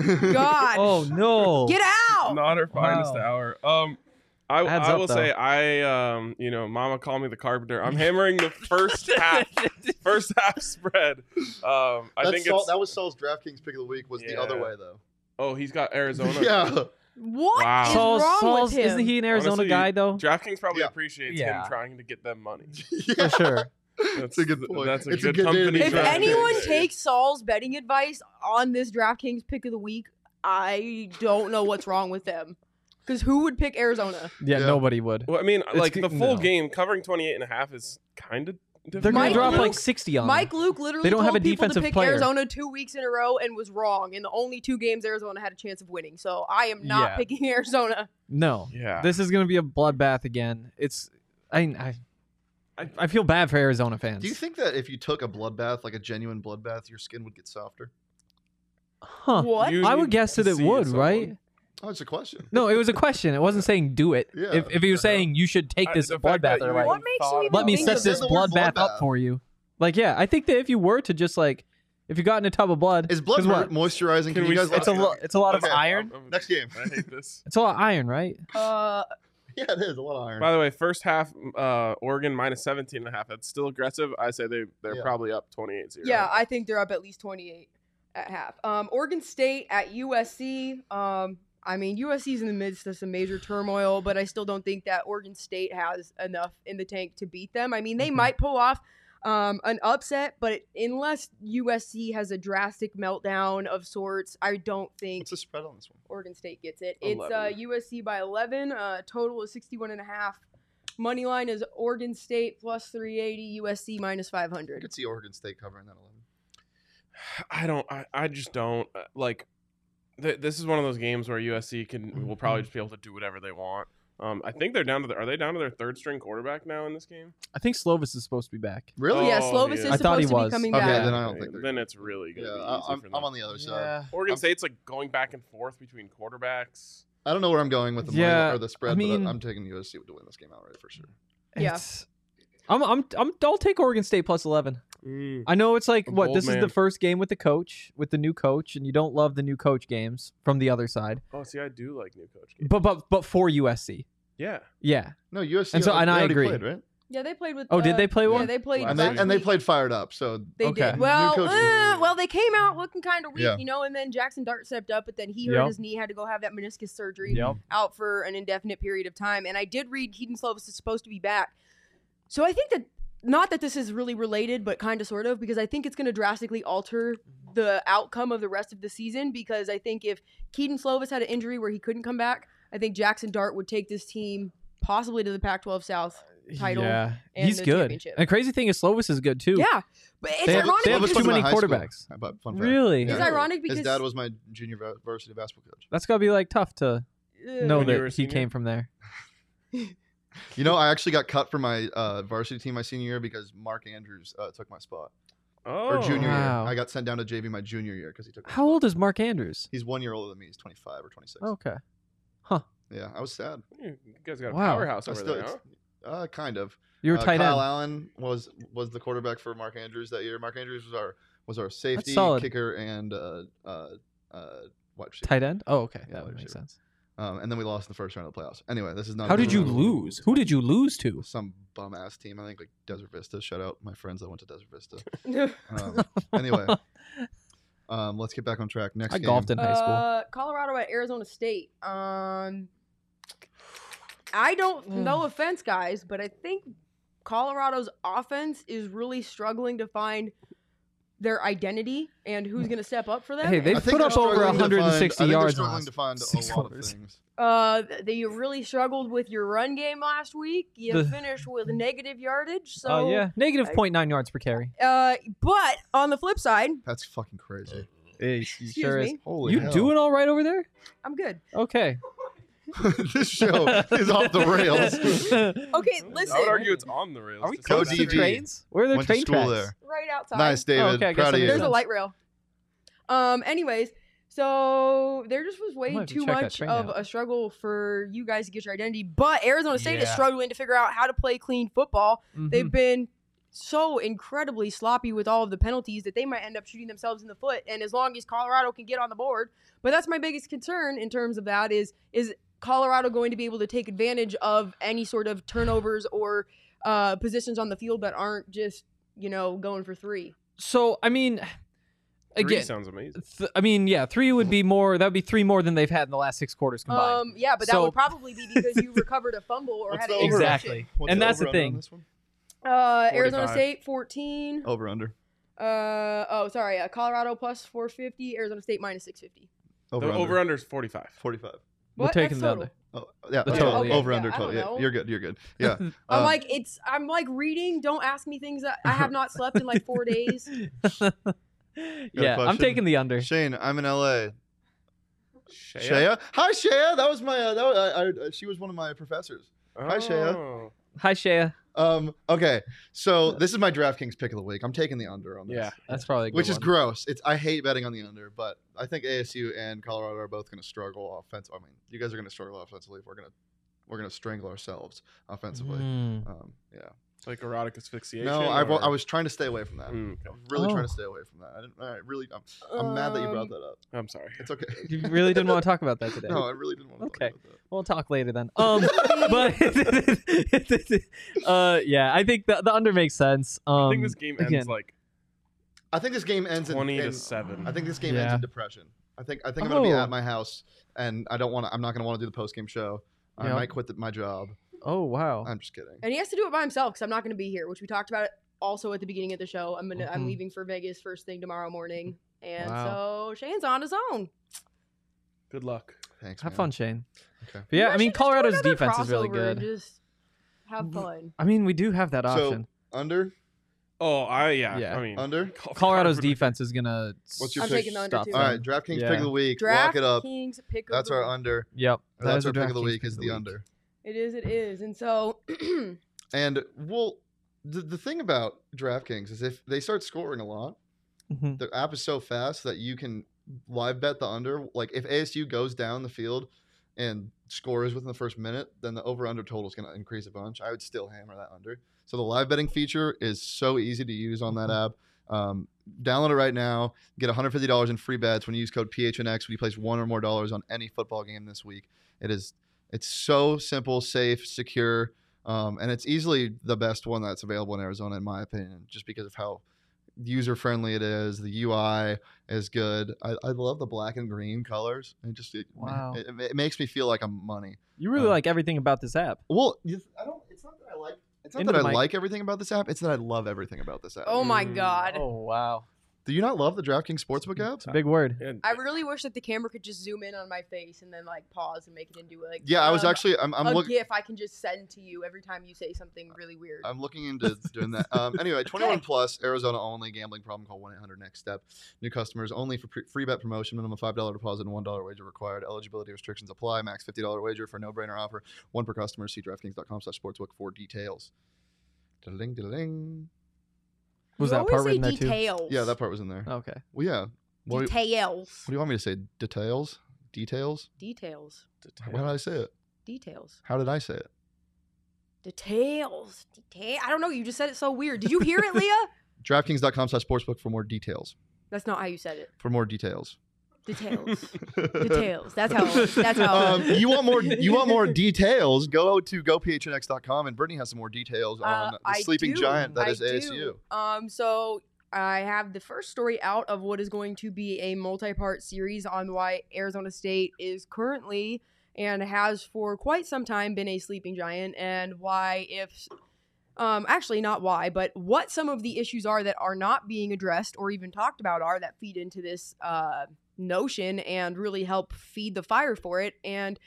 S1: yeah.
S2: God,
S4: Oh no.
S2: get out!
S3: not her finest
S4: Wow.
S3: hour. Um, I,
S4: Adds
S3: I
S4: up,
S3: will
S4: though.
S3: say I um you know Mama called me the carpenter. I'm hammering the first half first half spread. Um, I think
S1: Saul,
S3: it's
S1: that was Saul's DraftKings pick of the week was the other
S3: Yeah.
S1: way though.
S3: oh he's got Arizona.
S1: [LAUGHS] Yeah.
S2: What is
S3: Wow.
S4: [LAUGHS] Saul's,
S2: wrong
S4: Saul's,
S2: with him?
S4: isn't he an Arizona
S3: Honestly,
S4: guy though?
S3: DraftKings probably
S1: Yeah.
S3: appreciates
S4: Yeah.
S3: him trying to get them money.
S1: yeah.
S4: For sure.
S3: That's
S1: That's a good point.
S3: That's a
S1: It's a
S3: good,
S1: good day to
S3: company.
S1: be
S2: if
S1: DraftKings.
S2: anyone takes Saul's betting advice on this DraftKings pick of the week, I don't know what's wrong with them. Because who would pick Arizona?
S4: Yeah,
S1: Yeah.
S4: nobody would.
S3: well, I mean, like the
S4: good- no.
S3: full game covering 28 and a half is kind of
S4: They're gonna
S2: Mike
S4: drop
S2: Luke-
S4: like sixty on.
S2: Mike
S4: them.
S2: Luke literally
S4: They don't
S2: told
S4: have a
S2: people to
S4: defensive
S2: pick
S4: player.
S2: Arizona two weeks in a row and was wrong. In the only two games Arizona had a chance of winning, so I am not
S4: Yeah.
S2: picking [LAUGHS] Arizona.
S4: No.
S3: Yeah.
S4: This is gonna be a bloodbath again. It's I I I, I feel bad for Arizona fans.
S1: Do you think that if you took a bloodbath, like a genuine bloodbath, your skin would get softer?
S4: Huh.
S2: What?
S3: You
S4: I would
S3: need
S4: guess
S3: to
S4: that it
S3: see
S4: would,
S3: someone.
S4: right?
S1: Oh, it's a question.
S4: No, it was a question. It wasn't saying do it.
S1: Yeah.
S4: If, if he was saying you should take
S3: I-
S4: this
S3: the fact
S4: bloodbath,
S3: that
S4: they're
S3: you
S4: like,
S2: What makes you
S3: thought
S2: even
S4: let me
S2: think
S4: set
S2: of
S4: this
S1: the
S2: it?
S1: word
S4: bloodbath
S1: bloodbath.
S4: up for you. Like, yeah, I think that if you were to just like, if you got in a tub of blood,
S1: Is blood
S4: 'cause
S1: mo-
S4: what?
S1: moisturizing? Can,
S3: Can
S1: you
S3: we
S1: guys?
S3: stop
S4: It's a lo- it's a lot of
S1: Okay.
S4: iron.
S3: I'm- I'm-
S1: Next game.
S3: I hate this.
S4: It's a lot of iron, right?
S2: Uh,
S1: [LAUGHS] yeah, it is a lot of iron.
S3: [LAUGHS] By the way, first half, uh, Oregon minus 17 and a half. That's still aggressive. I say they, they're
S1: Yeah.
S3: probably up 28 0.
S2: yeah, I think they're up at least twenty eight at half. Um, Oregon State at USC. Um, I mean, USC's in the midst of some major turmoil, but I still don't think that Oregon State has enough in the tank to beat them. I mean, they
S4: Mhm.
S2: might pull off um, an upset, but unless USC has a drastic meltdown of sorts, I don't think
S1: What's the spread on this one?
S2: Oregon State gets it. It's uh,
S3: 11.
S2: USC by 11. Uh, total is 61 and a half. Money line is Oregon State plus 380, USC minus
S1: I
S2: 500.
S1: could see Oregon State covering that 11.
S3: I don't. I, I just don't uh, like. Th- this is one of those games where USC can will
S1: Mm-hmm.
S3: probably just be able to do whatever they want. Um, I think they're down to the, are they down to their third string quarterback now in this game?
S4: I think Slovis is supposed to be back.
S1: Really?
S3: Oh,
S2: yeah, Slovis
S3: yeah.
S2: is
S4: I
S2: supposed
S4: thought he
S2: to
S4: was.
S2: be coming
S1: Okay,
S2: back.
S1: then I don't think they're-
S3: Then it's really good.
S1: Yeah,
S3: Yeah,
S1: I, I'm, I'm on the other side.
S3: Oregon
S1: I'm-
S3: State's like going back and forth between quarterbacks.
S1: I don't know where I'm going with the money
S4: Yeah,
S1: or the spread,
S4: mean-
S1: but I'm taking USC to win this game outright for sure.
S2: Yeah.
S4: It's- I'm, I'm, I'm, I'll take Oregon State plus 11.
S1: Mm.
S4: I know it's like,
S3: I'm
S4: what,
S3: bold,
S4: this is
S3: man.
S4: the first game with the coach, with the new coach, and you don't love the new coach games from the other side.
S3: Oh, see, I do like new coach. Games.
S4: But, but, but for USC.
S3: Yeah,
S4: Yeah.
S1: No, USC.
S4: And so-
S1: already-
S4: and
S1: they
S4: I
S1: already
S4: agree.
S1: Played, right?
S2: Yeah, they played with.
S4: Oh, did
S2: uh,
S4: they play
S2: Yeah,
S4: one?
S2: they played.
S3: Last
S1: And
S3: Wow.
S1: they,
S2: last
S1: and they
S2: week.
S1: played fired up. So
S2: They
S4: Okay.
S2: did.
S4: New
S2: Well,
S1: coach.
S2: uh, well, they came out looking kind of weak,
S1: Yeah.
S2: you know, and then Jackson Dart stepped up, but then he hurt
S4: Yep.
S2: his knee, had to go have that meniscus surgery out for an indefinite period of time. And I did read Keaton Slovis is supposed to be back. So I think that not that this is really related, but kind of sort of, because I think it's going to drastically alter the outcome of the rest of the season. Because I think if Keaton Slovis had an injury where he couldn't come back, I think Jackson Dart would take this team possibly to the Pac 12 South. title
S4: Yeah.
S2: and
S4: He's
S2: the
S4: good.
S2: championship.
S4: And crazy thing is, Slovis is good too.
S2: Yeah. But it's
S4: They have-
S2: ironic.
S4: they have
S2: because-
S4: too many
S1: my high school.
S4: quarterbacks.
S1: How about- fun fact.
S4: Really?
S2: It's
S1: Yeah.
S2: ironic because
S1: His dad was my junior va- varsity basketball coach.
S4: That's got to be like tough to
S2: [LAUGHS] Ugh.
S4: know
S3: When you were a
S4: that he
S3: senior?
S4: came from there.
S1: You know, I actually got cut from my uh, varsity team my senior year because Mark Andrews uh, took my spot.
S3: oh,
S1: Or junior
S4: Wow.
S1: year. I got sent down to JV my junior year because he took. my
S4: How
S1: spot.
S4: old Oh. is Mark Andrews?
S1: He's one year older than me. He's 25 or 26.
S4: Okay.
S1: Yeah, I was sad.
S3: You guys got a
S4: Wow.
S3: powerhouse
S1: I
S3: over
S1: still,
S3: there. Huh?
S1: it's- uh, kind of.
S4: You were
S1: Uh,
S4: tight
S1: Kyle
S4: end.
S1: Allen was was the quarterback for Mark Andrews that year. Mark Andrews was our was our safety,
S4: solid.
S1: kicker, and uh, uh, uh, wide receiver.
S4: Tight end? Oh, okay.
S1: Yeah,
S4: that would
S1: wide
S4: make
S1: receiver.
S4: sense.
S1: Um, and then we lost in the first round of the playoffs. Anyway, this is not.
S4: How did you
S1: about
S4: lose? Who did you lose to?
S1: Some bum ass team. I think like Desert Vista. Shout out my friends that went to Desert
S4: [LAUGHS]
S1: Vista. Um, anyway, um, let's get back on track. Next,
S4: I
S1: game.
S4: golfed in high school.
S2: Uh, Colorado at Arizona State. Um, I don't.
S4: Mm.
S2: No offense, guys, but I think Colorado's offense is really struggling to find their identity and who's going to step up for them.
S4: Mm. Hey, they
S1: I think
S4: put
S1: they're
S4: up over
S1: struggling to
S4: 160
S1: find,
S4: yards in the
S1: I think they're struggling
S4: last
S1: to find
S4: six
S1: a lot
S4: quarters.
S1: of things.
S2: uh, th- you really struggled with your run game last week. You
S4: The-
S2: finished with negative yardage. So,
S4: Oh yeah, negative
S2: I-
S4: 0.9 yards per
S1: [LAUGHS]
S4: carry.
S2: Uh, but on the flip side,
S1: That's fucking
S2: [LAUGHS]
S1: crazy. [LAUGHS]
S2: excuse me,
S1: Holy
S4: You
S1: hell.
S4: doing all right over there?
S2: I'm good.
S4: Okay.
S1: this
S4: [LAUGHS]
S1: show is off the rails. [LAUGHS]
S2: Okay,
S3: I would
S2: listen,
S3: argue it's on the rails.
S4: Are we
S3: to some
S4: close to the
S1: DB.
S3: extent.
S4: trains? Where are the
S1: Went to
S4: train
S1: school
S4: tracks? Oh,
S1: there.
S2: right outside.
S1: Nice, David.
S4: okay, I guess
S1: Proud
S4: that
S1: of
S4: makes
S2: There's
S1: you.
S2: a
S4: sense.
S2: light rail. Um. Anyways, so there just was way
S4: have to
S2: too
S4: check that
S2: much
S4: train
S2: of
S4: out.
S2: a struggle for you guys to get your identity. But Arizona State is
S4: Yeah.
S2: struggling to figure out how to play clean football.
S4: Mhm.
S2: They've been so incredibly sloppy with all of the penalties that they might end up shooting themselves in the foot. And as long as Colorado can get on the board, but that's my biggest concern in terms of that is is Colorado going to be able to take advantage of any sort of turnovers or uh, positions on the field that aren't just you know going for three.
S4: So I mean,
S3: Three
S4: again,
S3: sounds amazing.
S4: th- I mean, yeah, three would be more. That would be three more than they've had in the last six quarters combined.
S2: Um, yeah, but that
S4: So-
S2: would probably be because
S4: [LAUGHS]
S2: you recovered a fumble or had
S1: the
S2: an
S1: over-
S2: interception.
S4: exactly,
S1: What's
S4: and that's the
S1: over-under on
S4: thing.
S1: this one?
S2: Uh, Arizona
S3: 45.
S2: State
S4: Oh.
S2: fourteen.
S1: Over under.
S2: Uh, oh, sorry, uh, Colorado plus four fifty. Arizona State minus six fifty.
S3: The
S1: Over
S3: over under is 45.
S1: 45.
S4: We're
S2: What? That's
S4: taking the
S2: total.
S4: under.
S1: Oh, yeah,
S4: The
S1: okay,
S4: total,
S1: over
S4: yeah.
S1: over
S2: Yeah,
S1: under
S2: I
S1: total.
S2: don't
S1: Yeah,
S2: know.
S1: you're good. You're good. Yeah. [LAUGHS]
S2: I'm
S4: Uh,
S1: um,
S2: like it's. I'm like reading. Don't ask me things that I have not slept in like
S4: [LAUGHS]
S2: four days.
S4: yeah, I'm
S1: question?
S4: taking the under.
S1: Shane, I'm in LA.
S3: Shea?
S1: Shaya, hi Shaya. That was my. Uh, that was, I, I, she was one of my professors. Hi, Shea.
S3: Oh.
S4: Hi, Shea.
S1: Um. Okay. So this is my DraftKings pick of the week. I'm taking the under on this.
S3: Yeah.
S4: That's probably a good
S1: Which is
S4: one.
S1: gross. It's I hate betting on the under, but I think ASU and Colorado are both going to struggle offensively. I mean, you guys are going to struggle offensively. We're going to we're going to strangle ourselves offensively.
S4: Mm.
S1: Um, yeah.
S3: Like erotic asphyxiation.
S1: No, I, wa-
S3: or-
S1: I was trying to stay away from that.
S3: Mm,
S1: I
S3: okay.
S1: was really trying
S4: Oh.
S1: to stay away from that. I, didn't, I really, I'm, I'm mad that you
S2: Um,
S1: brought that up.
S3: I'm sorry.
S1: It's okay.
S4: [LAUGHS] You really didn't want to talk about that
S1: [LAUGHS]
S4: today.
S1: No, I really didn't want to.
S4: Okay.
S1: Talk about that.
S4: We'll talk later then.
S2: [LAUGHS]
S4: Um, but [LAUGHS] uh, yeah, I think the, the under makes sense. Um,
S3: I think this game ends
S4: again.
S3: like
S1: I think this game ends in
S3: 20 to
S1: in-
S3: 7.
S1: I think this game ends
S4: Yeah.
S1: in depression. I think I think I'm gonna be
S4: Oh.
S1: at my house, and I don't want. to I'm not gonna want to do the post game show. I
S4: Yeah.
S1: might quit the, my job.
S4: Oh wow.
S1: I'm just kidding.
S2: and he has to do it by himself because I'm not going to be here, which we talked about also at the beginning of the show. I'm gonna, I'm
S4: Mhm.
S2: leaving for Vegas first thing tomorrow morning, and
S4: Wow.
S2: so Shane's on his own.
S3: Good luck.
S1: Thanks.
S4: Have
S1: man.
S4: fun, Shane.
S1: Okay.
S4: But yeah,
S2: You
S4: I
S2: guys
S4: mean
S2: should just do
S4: Colorado's
S2: another
S4: defense is really
S2: crossover and
S4: good. Mm-hmm.
S2: Just have fun.
S4: I mean, we do have that
S1: So-
S4: option.
S1: Under
S3: Oh, I yeah.
S4: Yeah.
S3: I mean,
S1: under.
S4: Colorado's defense is gonna.
S1: What's your
S4: s-
S2: I'm taking the under,
S4: stop
S2: too.
S4: them.
S1: All right, DraftKings pick
S4: Yeah.
S1: of the week. Walk
S2: Draft
S1: it up.
S2: Kings pick. of
S1: That's
S2: the
S1: our
S2: week.
S1: under.
S4: Yep.
S1: Or
S4: that
S1: that's
S4: is
S1: our pick of the
S4: DraftKings
S1: week
S4: pick
S1: is
S4: of
S1: the
S4: week.
S1: under.
S2: It is. It is. And so [CLEARS THROAT]
S1: And well, the, the thing about DraftKings is if they start scoring a lot,
S4: Mhm.
S1: the app is so fast that you can live bet the under. Like if ASU goes down the field and scores within the first minute, then the over under total is going to increase a bunch. I would still hammer that under. So the live betting feature is so easy to use on that app. Um, download it right now. Get $150 in free bets when you use code PHNX when you place one or more dollars on any football game this week. It is it's so simple, safe, secure, um, and it's easily the best one that's available in Arizona, in my opinion, just because of how user friendly it is. The UI is good. I, I love the black and green colors. It just it,
S4: Wow.
S1: it, it makes me feel like I'm money.
S4: You really
S1: Um,
S4: like everything about this app.
S1: Well, you- I don't. It's not that I like. It's not
S4: Into
S1: that I
S4: the mic.
S1: like everything about this app. It's that I love everything about this app.
S2: oh my
S3: Mm.
S2: god.
S4: Oh wow.
S1: Do you not love the DraftKings Sportsbook app?
S4: It's a big word.
S3: Yeah,
S2: I really wish that the camera could just zoom in on my face and then like pause and make it into like
S1: Yeah, I was
S2: um,
S1: actually. I'm, I'm
S2: a
S1: looking.
S2: gif I can just send to you every time you say something really weird.
S1: I'm looking into doing that. Um, anyway, 21 plus, Arizona only, gambling problem, call 1 800 next step. New customers only for pre- free bet promotion, minimum $5 deposit and $1 wager required. Eligibility restrictions apply, max $50 wager for no brainer offer. One per customer. See DraftKings.com slash sportsbook for details. Ding, ding.
S4: Was
S2: you
S4: that
S2: always
S4: part
S2: say
S4: written there too?
S2: details.
S1: Yeah, that part was in there.
S4: Okay.
S1: Well, yeah. What do, you, what
S2: details.
S1: do you want me to say? Details? Details?
S2: Details.
S1: How did I say it?
S2: Details.
S1: How did I say it?
S2: Details. Detail. I don't know. You just said it so weird. Did you
S1: [LAUGHS]
S2: hear it, Leah?
S1: DraftKings.com slash sportsbook for more details.
S2: That's not how you said it.
S1: For more details. [LAUGHS]
S2: Details. details. That's how. That's how.
S1: um, you want
S2: [LAUGHS]
S1: more you want more details go to gophnx.com and brittany has some more details
S2: Uh,
S1: on the
S2: I
S1: sleeping
S2: do.
S1: giant that
S2: I
S1: is asu
S2: do. Um, so I have the first story out of what is going to be a multi-part series on why Arizona State is currently and has for quite some time been a sleeping giant, and why if. Um, actually, not why, but what some of the issues are that are not being addressed or even talked about are that feed into this uh, notion and really help feed the fire for it. And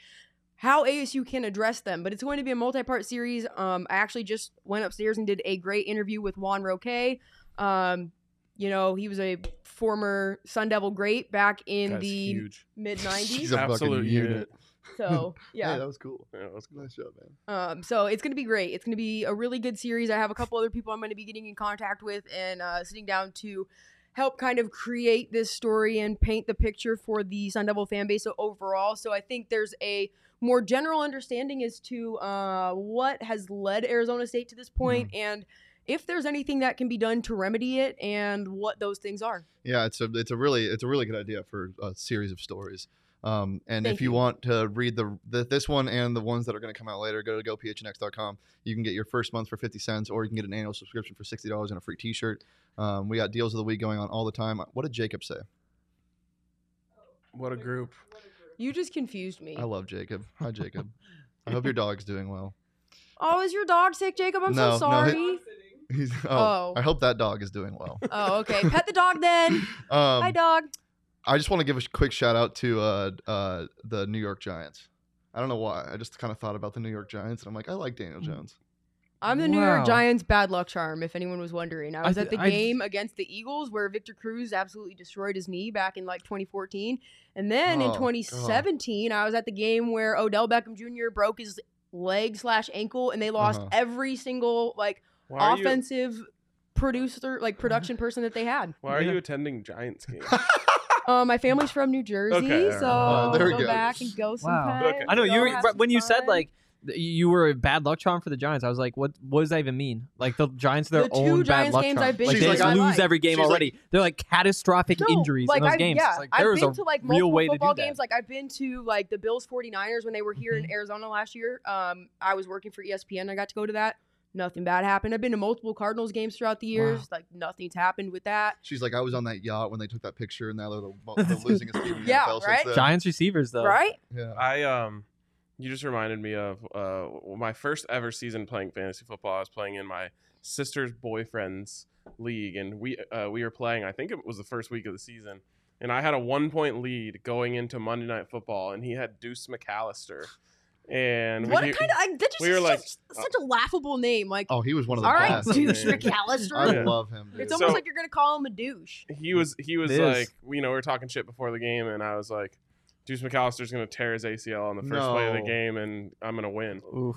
S2: how ASU can address them. But it's going to be a multi-part series. Um, I actually just went upstairs and did a great interview with Juan Roque. Um, you know, he was a former Sun Devil great back in
S3: Guy's
S2: the
S3: huge.
S2: mid
S1: He's
S2: '90s.
S1: a fucking
S3: Absolute
S1: unit.
S3: unit.
S2: So yeah,
S1: hey, that was cool
S3: Yeah, let's go.
S1: nice job man
S2: um, so it's going to be great. It's going to be a really good series. I have a couple other people I'm going to be getting in contact with and uh, sitting down to help kind of create this story and paint the picture for the Sun Devil fan base overall. So I think there's a more general understanding as to uh, what has led Arizona State to this
S1: Mm-hmm.
S2: point and if there's anything that can be done to remedy it and what those things are.
S1: yeah it's a it's a really it's a really good idea for a series of stories um, and
S2: Thank
S1: if you,
S2: you.
S1: want to read the, the this one and the ones that are going to come out later go to gophnx.com you can get your first month for 50 cents or you can get an annual subscription for $60 and a free t-shirt um, we got deals of the week going on all the time what did jacob say
S3: What a group.
S2: You just confused me.
S1: i love jacob hi jacob i
S2: [LAUGHS]
S1: hope your dog's doing well
S2: Oh, is your dog sick, Jacob? I'm
S1: No,
S2: so
S1: no, he-
S2: sorry.
S1: He's, oh,
S2: Oh.
S1: I hope that dog is doing well.
S2: Oh, okay. Pet the dog then. [LAUGHS]
S1: [LAUGHS]
S2: Hi,
S1: Um,
S2: dog.
S1: I just want to give a sh- quick shout out to uh, uh, the New York Giants. I don't know why. I just kind of thought about the New York Giants, and I'm like, I like Daniel
S2: Mm-hmm.
S1: Jones.
S2: I'm the New York
S4: Wow.
S2: Giants bad luck charm, if anyone was wondering. I
S4: I
S2: was
S4: th-
S2: at the
S4: I-
S2: game against the Eagles where Victor Cruz absolutely destroyed his knee back in like 2014. And then
S1: Oh,
S2: in
S1: God.
S2: 2017, I was at the game where Odell Beckham Jr. broke his leg slash ankle and they lost
S1: Uh-huh.
S2: every single like
S3: Why are you,
S2: offensive producer,
S4: [LAUGHS]
S2: like production person that they had.
S3: why are
S4: Yeah.
S3: you attending Giants games?
S2: Uh, my family's from New Jersey,
S3: Okay, Uh,
S2: so
S4: alright.
S1: There we
S2: go,
S1: go.
S2: back and go sometime.
S3: Okay.
S4: I know
S2: Go
S4: you were
S2: have
S4: but
S2: some
S4: when you said
S2: fun.
S4: like th- you were a bad luck charm for the Giants. I was like, what? What does that even mean? Like the Giants, are their
S2: The two
S4: own bad
S2: Giants
S4: luck
S2: games
S4: charm.
S2: I've been
S4: like
S1: to
S4: they
S1: in
S4: just
S1: my
S4: lose
S2: life.
S4: every game
S1: She's like-
S4: already. They're like catastrophic
S2: No,
S4: injuries in those
S2: I've,
S4: games.
S2: Yeah,
S4: It's like there
S2: I've
S4: was
S2: been
S4: a
S2: to like
S4: real
S2: multiple
S4: way to do
S2: football
S4: that.
S2: games. Like I've been to like the E Bills 49ers when they were here in Arizona last year. Um, I was working for ESPN. I got to go to that. Nothing bad happened. I've been to multiple Cardinals games throughout the years. Like nothing's happened with that.
S1: She's like, I was on that yacht when they took that picture, and now they're, the, mo- they're
S2: [LAUGHS]
S1: losing a team in the
S2: Yeah,
S1: NFL since
S2: right?
S1: then.
S4: Giants receivers though.
S2: Right?
S1: Yeah.
S3: I um, you just reminded me of uh my first ever season playing fantasy football. I was playing in my sister's boyfriend's league, and we uh, we were playing. I think it was the first week of the season, and I had a one point lead going into Monday Night Football, and he had Deuce McAllister, and we-
S2: what kind of I, that just
S3: we were
S2: is
S3: like,
S2: such, such a laughable name. Like,
S1: Oh, he was one of the
S2: all right,
S1: best.
S2: [LAUGHS]
S3: awesome,
S2: douche
S3: man.
S1: I
S2: McAllister.
S3: Yeah.
S1: love him. Dude.
S2: It's almost
S3: So-
S2: like you're gonna call him a douche.
S3: he was he was
S4: It is.
S3: like you know we were talking shit before the game and I was like Deuce McAllister's gonna tear his ACL on the first play of the
S1: No.
S3: game and I'm gonna win
S4: Oof.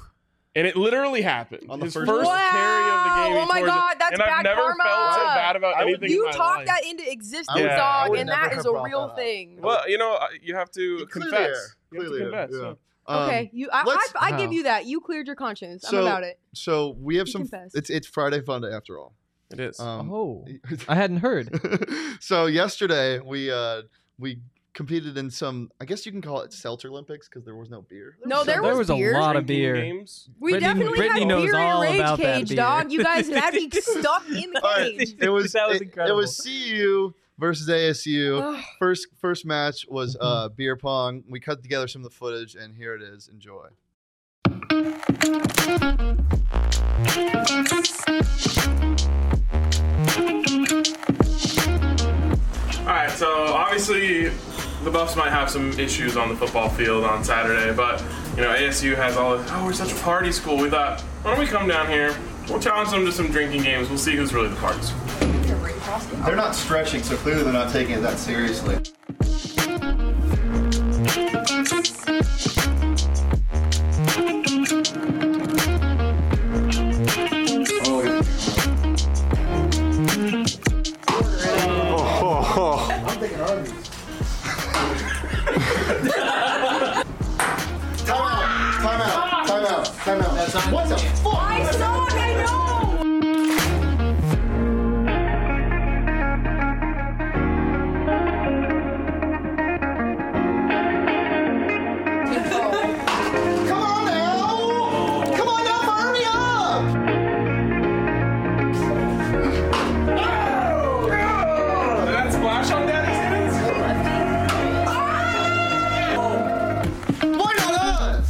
S3: and it literally happened
S1: On the
S3: his
S1: first
S3: first,
S2: wow.
S3: carry of the game he
S2: oh my
S3: tore his-
S2: god, that's
S3: and
S2: bad
S3: I've never
S2: karma.
S3: felt so bad about
S1: I would-
S3: anything
S2: you
S3: in my
S2: talk
S3: life.
S2: that into existence,
S3: would- Yeah. I
S2: dog,
S3: would
S2: and
S1: never
S2: that
S1: have
S2: is a
S1: brought
S2: real
S1: that up.
S2: thing.
S3: well you know I- you have to
S1: Clearly
S3: confess
S1: there.
S3: you have to
S1: Clearly there,
S3: confess
S1: yeah.
S3: yeah.
S1: Um,
S2: okay, you. I,
S1: let's-
S2: I, I give
S4: Wow.
S2: you that. You cleared your conscience.
S1: So-
S2: I'm about it.
S1: So we have
S2: He
S1: some.
S2: confessed.
S1: It's it's Friday Fun Day after all.
S3: it
S1: [LAUGHS]
S3: is
S1: Um,
S4: oh, I hadn't heard.
S1: so yesterday we uh we competed in some. I guess you can call it seltzer Olympics because [LAUGHS] there was no beer.
S2: No, there
S4: there was
S2: was
S4: a
S2: beer.
S4: lot of
S3: Drinking
S4: beer. [LAUGHS]
S3: games
S2: We
S4: Brittany-
S2: definitely
S4: Brittany
S2: had
S4: knows
S2: beer in a
S4: all
S2: rage
S4: about that
S2: cage,
S4: beer.
S2: dog. You guys had
S1: [LAUGHS]
S2: me stuck in the
S1: All right. [LAUGHS]
S2: cage.
S1: It was
S4: [LAUGHS] That was
S1: it-
S4: incredible.
S1: It was CU versus ASU.
S2: Ugh.
S1: First first match was
S4: Mm-hmm.
S1: uh, beer pong. We cut together some of the footage, and here it is. Enjoy.
S3: All right, so obviously the Buffs might have some issues on the football field on Saturday, but you know ASU has all the oh we're such a party school. We thought why don't we come down here? We'll challenge them to some drinking games. We'll see who's really the party school.
S1: They're not stretching, so clearly they're not taking it that seriously.
S5: Time out. Time out. Time out. What the fuck?
S2: I saw it. I know.
S5: Come on now. Come on now. Hurry up.
S3: Did that splash on Daddy's hands?
S5: Why not us?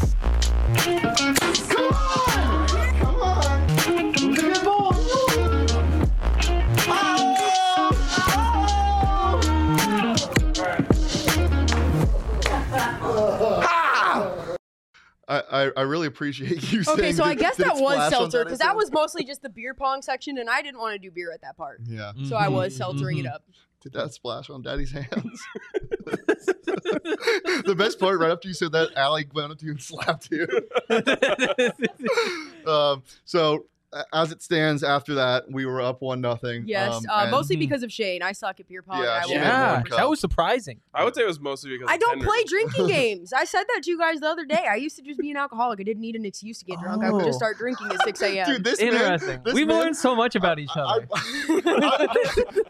S5: Come on. Come on. Who's a good boy? Oh. Oh.
S1: I, I, I really appreciate you.
S2: Okay,
S1: saying
S2: so I
S1: did-
S2: guess
S1: did it
S2: that was
S1: splash on
S2: seltzer because that
S1: anything?
S2: was mostly just the beer pong section, and I didn't want to do beer at that part,
S1: Yeah.
S2: so I was
S4: Mhm,
S2: seltzering it
S1: Mm-hmm.
S4: mhm.
S2: up.
S1: Did that splash on Daddy's hands? [LAUGHS] the best part, right after you said that, Allie went up to you and slapped you. um, so a- as it stands, after that, we were up one nothing.
S2: Yes,
S1: um,
S2: uh,
S1: and-
S2: mostly
S4: Mhm.
S2: because of Shane. I suck at beer pong.
S1: Yeah,
S2: I will
S1: she
S2: never
S1: had
S4: Yeah,
S1: one
S2: learn.
S1: cup.
S4: that was surprising.
S3: I would say it was mostly because
S2: I
S3: of
S2: don't
S3: Tinder.
S2: play
S1: [LAUGHS]
S2: drinking games. I said that to you guys the other day. I used to just be an alcoholic. I didn't need an excuse to get drunk. I would just
S4: Oh.
S2: start drinking at 6 a.m.
S1: Dude, this man-
S4: Interesting.
S1: this
S4: We've
S1: man-
S4: learned so much about each
S1: I,
S4: other.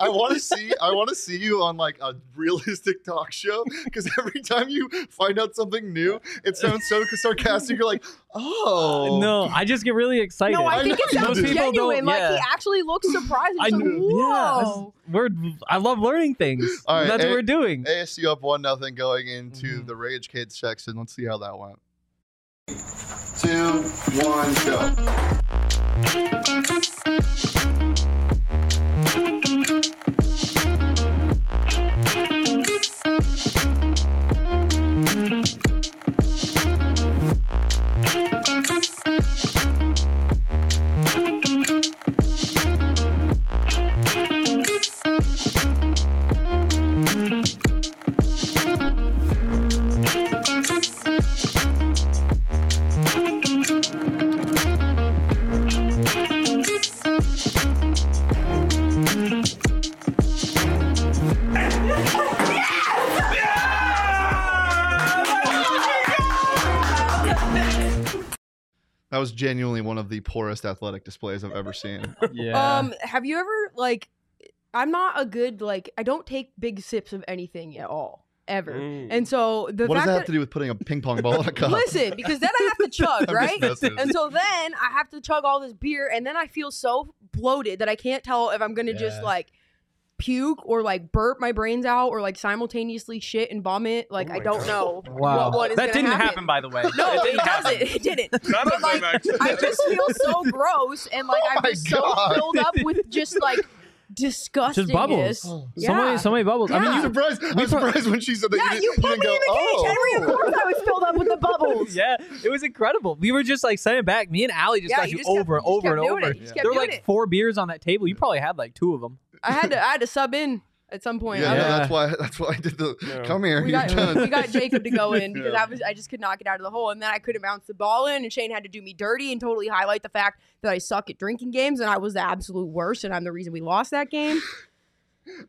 S1: want to see. I want to see you on like a realistic talk show because every time you find out something new, it sounds so sarcastic. You're like, oh
S4: Uh, no, I just get really excited.
S2: no, I
S1: I
S2: think
S1: know
S2: it
S1: you
S2: sounds
S1: do.
S2: genuine. Like
S4: yeah.
S2: he actually looks surprised.
S4: I
S2: He's like,
S4: knew- yeah, this is-
S2: whoa.
S4: we're I love learning things.
S1: All right,
S4: That's
S1: eh,
S4: what we're doing.
S1: ASU up one nothing going into
S4: Mhm.
S1: the Rage Kids section. Let's see how that went.
S5: Two, one, go.
S1: That was genuinely one of the poorest athletic displays I've ever seen.
S4: yeah.
S2: Um, have you ever like? I'm not a good like. I don't take big sips of anything at all. ever.
S3: Mm.
S2: And so the
S1: what does
S2: fact
S1: that
S2: that
S1: have to do with putting a ping pong ball in
S2: [LAUGHS]
S1: a cup? [LAUGHS]
S2: Listen, because then I have to
S1: I'm
S2: chug,
S1: just
S2: right?
S1: messing.
S2: And so then I have to chug all this beer, and then I feel so bloated that I can't tell if I'm gonna just
S1: Yeah.
S2: like puke or like burp my brains out or like simultaneously shit and vomit. Like
S3: Oh
S2: I
S3: my
S2: don't
S3: God.
S2: know.
S4: Wow.
S2: What- what is
S6: that
S2: gonna
S6: didn't happen.
S2: happen?
S6: by the way.
S2: [LAUGHS] No,
S6: it
S2: it,
S6: didn't happen.
S4: [LAUGHS]
S2: doesn't. It didn't.
S3: Not
S2: But
S3: on my
S2: like,
S3: back.
S2: I just feel
S1: [LAUGHS]
S2: so gross, and like I'm
S1: Oh my
S2: just
S1: God.
S2: so filled up with
S1: [LAUGHS]
S2: just like disgusting.
S4: bubbles. So
S2: Yeah.
S4: many, so many bubbles. I mean,
S2: Yeah.
S4: you
S1: I'm surprised. I'm surprised when she said that.
S2: yeah,
S1: you,
S2: you
S1: didn't- didn't
S2: put me
S1: go,
S2: in the cage, Henry. Of
S1: oh.
S2: course, I was filled
S1: [LAUGHS]
S2: up with the bubbles.
S4: [LAUGHS] Yeah, it was incredible. We were just like sending it back. Me and Allie just
S2: Yeah,
S4: got
S2: you
S4: you,
S2: just kept-
S4: over
S2: you just
S4: and over
S2: kept
S4: and
S2: doing it.
S4: over.
S2: You just kept
S4: There were
S2: doing
S4: like
S2: it.
S4: four beers on that table. You probably had like two of them.
S2: I had to I had to sub in at some point.
S1: Yeah,
S2: I
S1: no,
S2: was-
S4: Yeah.
S1: that's why. That's why I did the.
S3: No.
S1: Come here.
S2: we
S1: you're
S2: got
S1: done.
S2: we got Jacob to go in because
S1: Yeah.
S2: I was I just could not get out of the hole and then I couldn't bounce the ball in and Shane had to do me dirty and totally highlight the fact that I suck at drinking games and I was the absolute worst and I'm the reason we lost that game.
S1: [LAUGHS]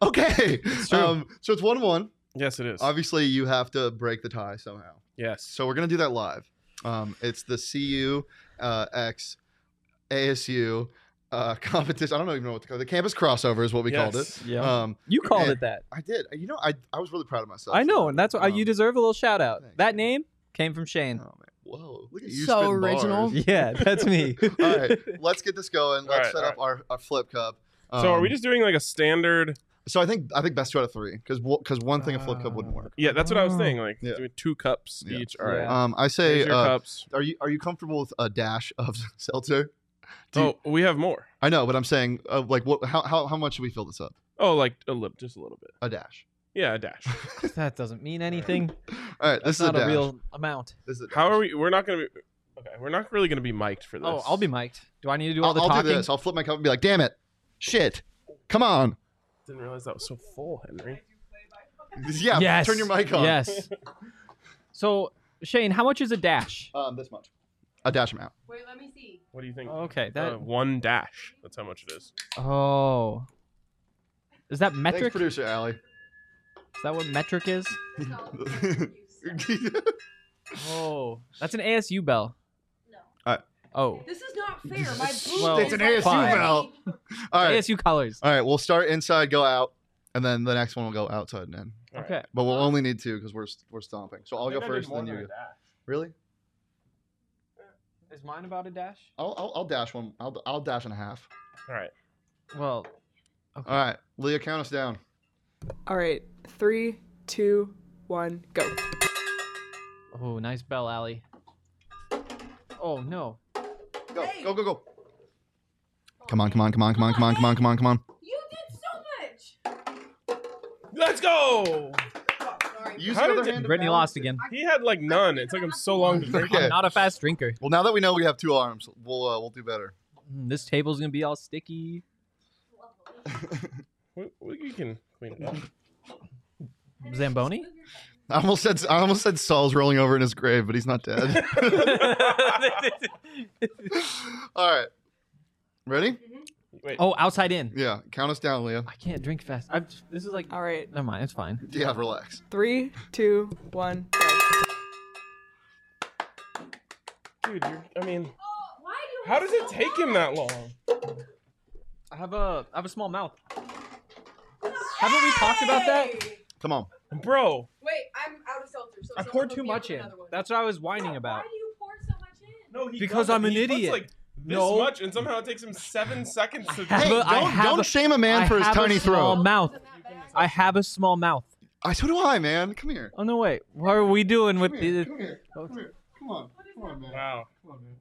S1: Okay.
S4: true.
S1: Um, so it's one-one.
S3: [LAUGHS] yes, it is.
S1: Obviously, you have to break the tie somehow.
S3: yes.
S1: So we're gonna do that live. Um, it's the CU uh, X ASU uh, [LAUGHS] competition. I don't even know what to call it. The campus crossover is what we called it.
S3: Yes.
S4: Yeah,
S1: Um,
S4: you called
S1: Yeah.
S4: it that.
S1: I did. You know, I I was really proud of myself.
S4: I
S1: for
S4: know,
S1: that.
S4: and that's what you
S1: Um,
S4: deserve a little shout out.
S1: thank
S4: That
S1: you.
S4: name came from
S1: oh, [LAUGHS]
S4: Shane. [LAUGHS]
S1: man. Whoa! Look at you.
S2: So
S1: spitting
S2: original.
S1: bars.
S4: Yeah, that's me.
S1: [LAUGHS] all
S3: [LAUGHS]
S1: right, let's get this going. Let's
S3: right,
S1: set
S3: all
S1: up our, our flip cup.
S3: so are we
S1: Um,
S3: just doing like a standard?
S1: So I think I think best two out of three because because one thing a flip cup wouldn't work.
S3: Yeah, that's what I was
S4: Oh.
S3: saying. Like
S1: Yeah.
S3: doing two cups
S1: Yeah.
S3: each. All right.
S4: Yeah.
S1: Um, I say,
S3: Here's your
S1: uh,
S3: cups.
S1: are you are you comfortable with a dash of [LAUGHS] seltzer? do you-
S3: oh, we have more.
S1: I know, but I'm saying, uh, like, what? How, how how much should we fill this up?
S3: Oh, like a little, just a little bit.
S1: A dash.
S3: Yeah,
S1: [LAUGHS]
S3: a dash.
S4: [LAUGHS] that doesn't mean anything.
S1: All right, this
S4: That's
S1: is a
S4: not
S1: dash.
S4: a real amount.
S1: This is a
S3: How
S1: dash.
S3: are we? We're not gonna be. Okay, we're not really gonna be mic'd for this.
S4: Oh, I'll be mic'd. Do I need to do all
S1: I'll,
S4: the
S1: I'll
S4: talking?
S1: do this. I'll flip my cup and be like, damn it, shit, come on.
S3: Didn't realize that was so full, Henry.
S1: Yeah.
S4: yes.
S1: Turn your mic on. [LAUGHS]
S4: Yes. so, Shane, how much is a dash?
S1: Um, this much. A dash amount.
S2: Wait, let me see.
S3: What do you think?
S4: Okay, that.
S3: Uh, one dash. That's how much it is.
S4: Oh. Is that
S1: Thanks,
S4: metric?
S1: producer
S4: [LAUGHS]
S1: Allie. [LAUGHS]
S4: Is that what metric is? Oh, that's an ASU bell.
S1: Alright.
S4: Oh,
S2: This is not fair. My boot
S4: Well,
S2: is
S4: It's
S1: an
S2: like-
S1: ASU
S4: fine.
S1: bell. All right.
S4: ASU colors.
S1: All right, we'll start inside, go out, and then the next one will go outside and in.
S3: All
S4: Okay.
S1: But we'll only need two because we're we're stomping. So I'll
S3: I
S1: go
S3: think I did
S1: first,
S3: more
S1: and then
S3: than
S1: you
S3: a
S1: go.
S3: dash.
S1: Really?
S4: Is mine about a dash?
S1: I'll, I'll I'll dash one. I'll I'll dash and a half.
S3: All right.
S4: Well,
S1: All right, Leah, count us down.
S7: All right, three, two, one, go.
S4: oh, nice bell, Alley. Oh no.
S1: Go go go go. Come on, come on, come on, come on, come on, come on, come on, come on.
S2: You did so much.
S3: Let's go.
S1: Use
S3: How
S1: the
S3: did
S1: other
S3: it-
S1: hand. to
S4: Brittany
S1: balance
S4: lost
S1: it.
S4: again.
S3: He had like none. It took him so long to
S1: [LAUGHS]
S3: drink.
S1: Okay.
S4: I'm not a fast drinker.
S1: Well, now that we know we have two arms, we'll uh, we'll do better.
S4: Mm, This table's gonna be all sticky.
S3: We, we you can clean
S1: [LAUGHS]
S3: it up.
S4: Zamboni?
S1: I almost said I almost said Saul's rolling over in his grave, but he's not
S3: [LAUGHS]
S1: dead.
S4: [LAUGHS]
S1: All right, ready?
S3: Wait.
S4: oh, outside in.
S1: Yeah, count us down, Leah.
S4: I can't drink fast. I'm, this is like.
S7: All right,
S4: Never mind. It's fine.
S1: Yeah, relax.
S7: three, two, one, go.
S3: dude, you're, I mean, how does it take him that long?
S4: I have a I have a small mouth. Haven't we talked about that?
S1: Come on.
S3: Bro,
S2: Wait, I'm out of seltzer. So
S4: I
S2: someone
S4: poured
S2: hook
S4: too
S2: me up
S4: much
S2: with
S4: in.
S2: another one.
S4: That's what I was whining
S2: Why
S4: about.
S2: do you pour so much in?
S3: no, he
S4: Because
S3: cuts-
S4: I'm an
S3: he puts,
S4: idiot.
S3: Like this
S4: No.
S3: much, and somehow it takes him seven seconds to.
S4: have
S1: Hey,
S4: a-
S1: don't,
S4: I have
S1: don't
S4: a-
S1: shame a man
S4: I
S1: for his
S4: have a
S1: tiny
S4: small
S1: throat.
S4: mouth. I have a small mouth.
S1: I so do I, man. Come here.
S4: Oh no, wait. What are we doing with
S1: Come here.
S4: the?
S1: Come here. Come here. Come on. Come on, man.
S3: Wow.
S1: Come on, man.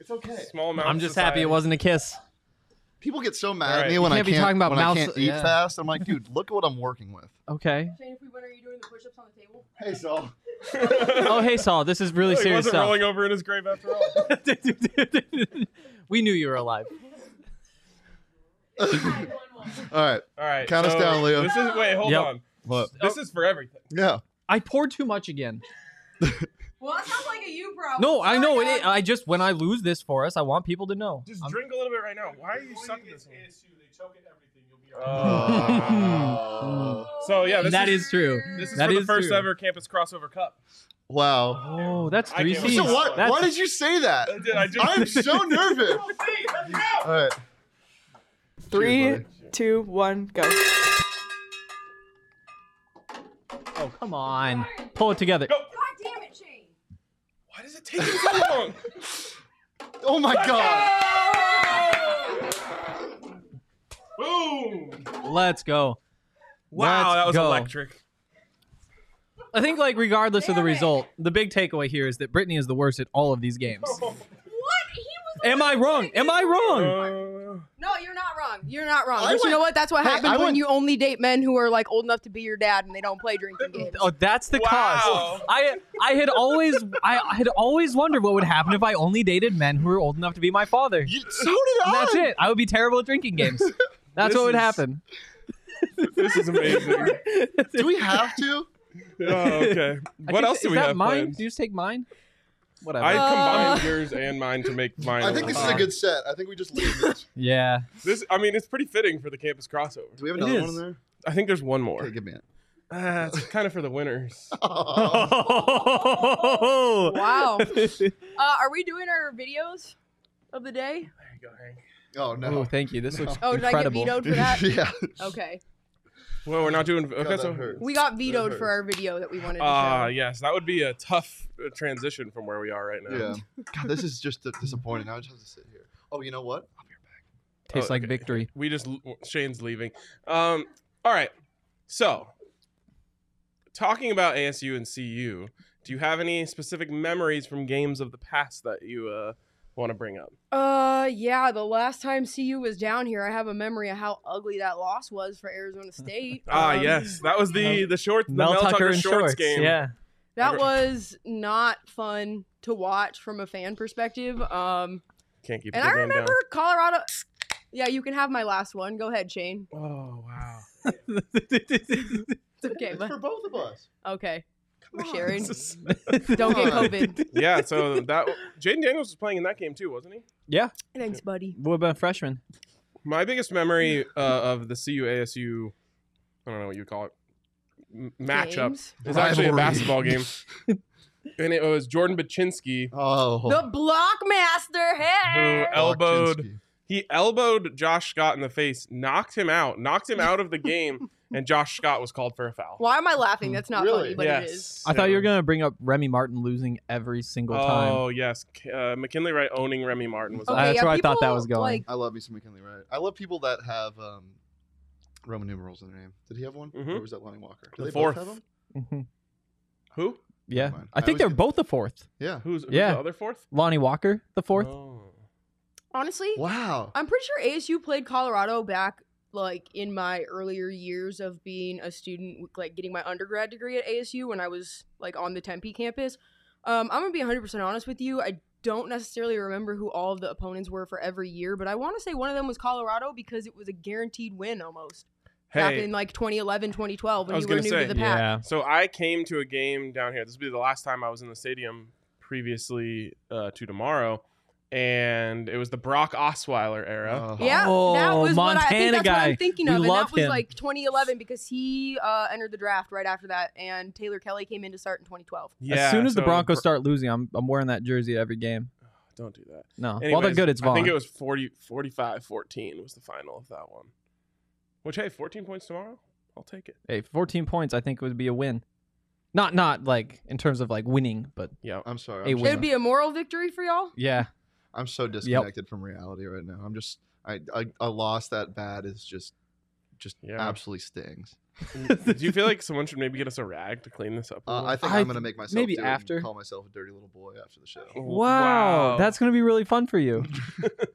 S1: It's okay.
S3: Small amount.
S4: I'm
S3: of
S4: just
S3: society.
S4: happy it wasn't a kiss.
S1: People get so mad
S3: All
S1: at
S3: right.
S1: me
S3: You
S1: when I
S4: can't
S1: can't
S4: be talking about
S1: when I
S4: mouse-
S1: can't eat
S4: yeah.
S1: fast. I'm like, dude, look at what I'm working with.
S4: Okay.
S2: Shane, if we win, are you doing the push-ups on the table?
S1: Hey, Saul.
S3: [LAUGHS]
S4: Oh hey Saul, this is really
S3: he
S4: serious
S3: wasn't
S4: stuff.
S3: rolling over in his grave after all.
S4: [LAUGHS] we knew you were alive.
S1: All right.
S3: All right.
S1: Count us
S3: so
S1: down, Leo.
S3: This is wait. Hold
S4: Yep. Oh.
S3: on.
S1: What?
S3: This is for everything.
S1: Yeah.
S4: I poured too much again.
S2: Well, that sounds like a you problem.
S4: No, I know it.
S2: Sorry,
S4: is- uh, I just when I lose this for us, I want people to know. [LAUGHS]
S3: Just
S4: I'm-
S3: drink a little bit right now. Why are you sucking this?
S1: Oh.
S3: Uh, so yeah, this
S4: That
S3: is
S4: is true.
S3: this is
S4: That
S3: for the
S4: is
S3: first
S4: true.
S3: ever campus crossover cup.
S1: [LAUGHS] wow.
S4: Oh, that's
S3: I
S4: three
S3: can't-
S4: C's.
S1: So what?
S4: That's-
S1: Why did you say that?
S3: I did. I just. [LAUGHS]
S1: I'm
S4: [LAUGHS]
S1: so nervous. All right.
S7: Three,
S1: buddy.
S7: two, one, go.
S4: Oh Oh, come on. Pull it together.
S3: Go.
S2: damn it, Shane.
S3: Why does it take you so long?
S1: Oh my god.
S3: Boom!
S4: Let's go.
S3: Wow,
S4: Let's
S3: that was
S4: go.
S3: electric.
S4: I think, like, regardless of the result, the big takeaway here is that Brittany is the worst at all of these games.
S2: What? He was.
S4: Am I wrong? Am I wrong?
S3: Uh,
S2: No, you're not wrong. You're not wrong.
S1: I
S2: But you
S1: went-
S2: know what? That's what
S1: Hey,
S2: happens
S1: I
S2: when
S1: went-
S2: you only date men who are like old enough to be your dad and they don't play
S4: [LAUGHS]
S2: drinking games.
S4: Oh, that's the
S3: Wow.
S4: cause. I I had always I I had always wondered what would happen if I only dated men who were old enough to be my father.
S1: You- so did
S4: And
S1: I.
S4: that's it. I would be terrible at drinking
S3: [LAUGHS]
S4: games. That's
S3: This
S4: what would
S3: is-
S4: happen.
S3: this is amazing.
S1: Do we have to?
S3: Oh, okay.
S4: [LAUGHS] I
S3: What
S4: think-
S3: else do
S4: is
S3: we
S4: that
S3: have
S4: mine?
S3: planned?
S4: Do you just take mine? Whatever.
S3: I combined
S2: Uh,
S3: yours and mine to make mine.
S1: I think this
S4: Uh,
S1: is a good set. I think we just leave this.
S3: [LAUGHS]
S4: yeah.
S3: This, I mean, it's pretty fitting for the campus crossover.
S1: Do we have
S4: It
S1: another one
S4: is.
S1: in there?
S3: I think there's one more.
S1: Okay, give me
S4: [LAUGHS]
S1: it.
S3: Ah, it's kind of for
S1: [LAUGHS]
S3: the winners.
S1: Oh,
S3: Oh.
S4: [LAUGHS]
S2: Wow. Uh, are we doing our videos of the day?
S3: There you go, Hank.
S4: Oh,
S1: no.
S4: thank you. This looks
S2: Oh, did
S4: incredible.
S2: I get vetoed for
S4: [LAUGHS]
S2: that?
S1: [LAUGHS] yeah.
S2: Okay.
S3: Well, we're not doing. Okay,
S1: that
S3: so
S1: hurt.
S2: We got vetoed
S1: hurts.
S2: for our video that we wanted to show.
S3: Ah, yes, that would be a tough uh, transition from where we are right now.
S1: Yeah. God, [LAUGHS] this is just disappointing. Now I just have to sit here. Oh, you know what?
S4: Tastes
S3: Oh,
S4: like
S3: okay.
S4: victory.
S3: We just Shane's leaving. Um, all right. So, talking about ASU and CU, do you have any specific memories from games of the past that you uh, want to bring up?
S2: Uh, yeah. The last time CU was down here, I have a memory of how ugly that loss was for [LAUGHS] Arizona State.
S3: Ah,
S2: Um,
S3: yes, that was the the short the
S4: Mel, Tucker, and
S3: shorts,
S4: shorts.
S3: game.
S4: Yeah.
S2: That was not fun to watch from a fan perspective. Um,
S3: Can't keep
S2: and
S3: the
S2: I
S3: game
S2: remember Colorado. Yeah, you can have my last one. Go ahead, Shane.
S3: down. Oh wow. [LAUGHS]
S2: It's okay,
S1: It's
S2: but
S1: for both of us.
S2: okay. We're sharing.
S3: This is-
S2: [LAUGHS] Don't get
S1: on.
S2: COVID.
S3: [LAUGHS]
S1: [LAUGHS]
S3: yeah, so that Jaden Daniels was playing in that game too, wasn't he?
S4: yeah.
S2: Thanks, buddy.
S4: What about freshman?
S3: My biggest memory uh, of the CU ASU, I don't know what you call it, m- matchup
S2: Games.
S3: It's actually a
S1: Rivalry.
S3: basketball game.
S4: [LAUGHS]
S3: and it was Jordan Baczynski
S1: Oh.
S2: The Blockmaster.
S3: who
S2: Hey.
S3: elbowed
S1: Bogdansky.
S3: he elbowed Josh Scott in the face, knocked him out, knocked him out of
S2: [LAUGHS]
S3: the game, and Josh Scott was called for a foul.
S2: Why am I laughing? That's not
S1: Really?
S2: funny, but
S3: yes.
S2: it is.
S4: I thought you were
S3: Yeah.
S4: gonna bring up Remy Martin losing every single time.
S3: Oh yes, K- uh, McKinley Wright owning Remy Martin was.
S4: Okay.
S3: awesome.
S4: that's where I thought that
S2: people,
S4: was going.
S2: Like,
S1: I love me some McKinley Wright. I love people that have um, Roman numerals in their name. Did he have one?
S3: Mhm.
S1: Or was that Lonnie Walker?
S3: The
S1: Did they
S3: fourth.
S1: both have them?
S4: Mhm.
S3: Who?
S4: Yeah.
S1: Never mind.
S4: I
S1: I
S4: think
S1: was
S4: they're
S1: gonna-
S4: both the fourth.
S1: Yeah.
S3: Who's, who's
S4: Yeah.
S3: the other fourth?
S4: Lonnie Walker, the fourth.
S3: Oh.
S2: honestly,
S1: Wow.
S2: I'm pretty sure ASU played Colorado back like in my earlier years of being a student, like getting my undergrad degree at ASU when I was like on the Tempe campus. Um, I'm gonna be 100% honest with you. I don't necessarily remember who all of the opponents were for every year, but I want to say one of them was Colorado because it was a guaranteed win almost back
S3: Hey,
S2: in like 2011, 2012
S3: I
S2: when
S3: was
S2: you were new
S3: gonna say,
S2: to the pack.
S3: So I came to a game down here. This would be the last time I was in the stadium previously uh, to tomorrow, and it was the Brock Osweiler [LAUGHS] era.
S1: Oh.
S2: Yeah, that
S4: Oh,
S2: was what I, I think
S4: Montana
S2: that's what
S4: guy.
S2: I'm thinking
S4: We
S2: of, and
S4: love
S2: that was
S4: him.
S2: like 2011 because he uh, entered the draft right after that, and Taylor Kelly came in to start in 2012.
S3: yeah.
S4: as soon as the
S3: so
S4: Broncos
S3: Bro-
S4: start losing, I'm I'm wearing that jersey every game.
S3: don't do that.
S4: No, while they're
S3: Anyways,
S4: good, it's Vaughn.
S3: I think it was 40, 45 14 was the final of that one. Which, hey, 14 points tomorrow? I'll take it.
S4: hey, 14 points, I think would be a win. Not not like in terms of like winning, but
S3: Yeah.
S1: I'm sorry.
S4: Hey,
S1: I'm,
S4: Win.
S2: It'd be a moral victory for
S1: [LAUGHS]
S2: y'all.
S4: yeah,
S1: I'm so disconnected from reality right now. I'm just I, I a loss that bad is just just
S3: Yeah.
S1: absolutely stings.
S3: [LAUGHS] do you feel like someone should maybe get us a rag to clean this up? a
S1: Uh,
S3: little?
S1: I think
S4: I
S1: I, am gonna make myself
S4: maybe
S1: do it and
S4: after.
S1: call myself a dirty little boy after the show.
S3: [LAUGHS]
S4: wow, that's gonna be really fun for you.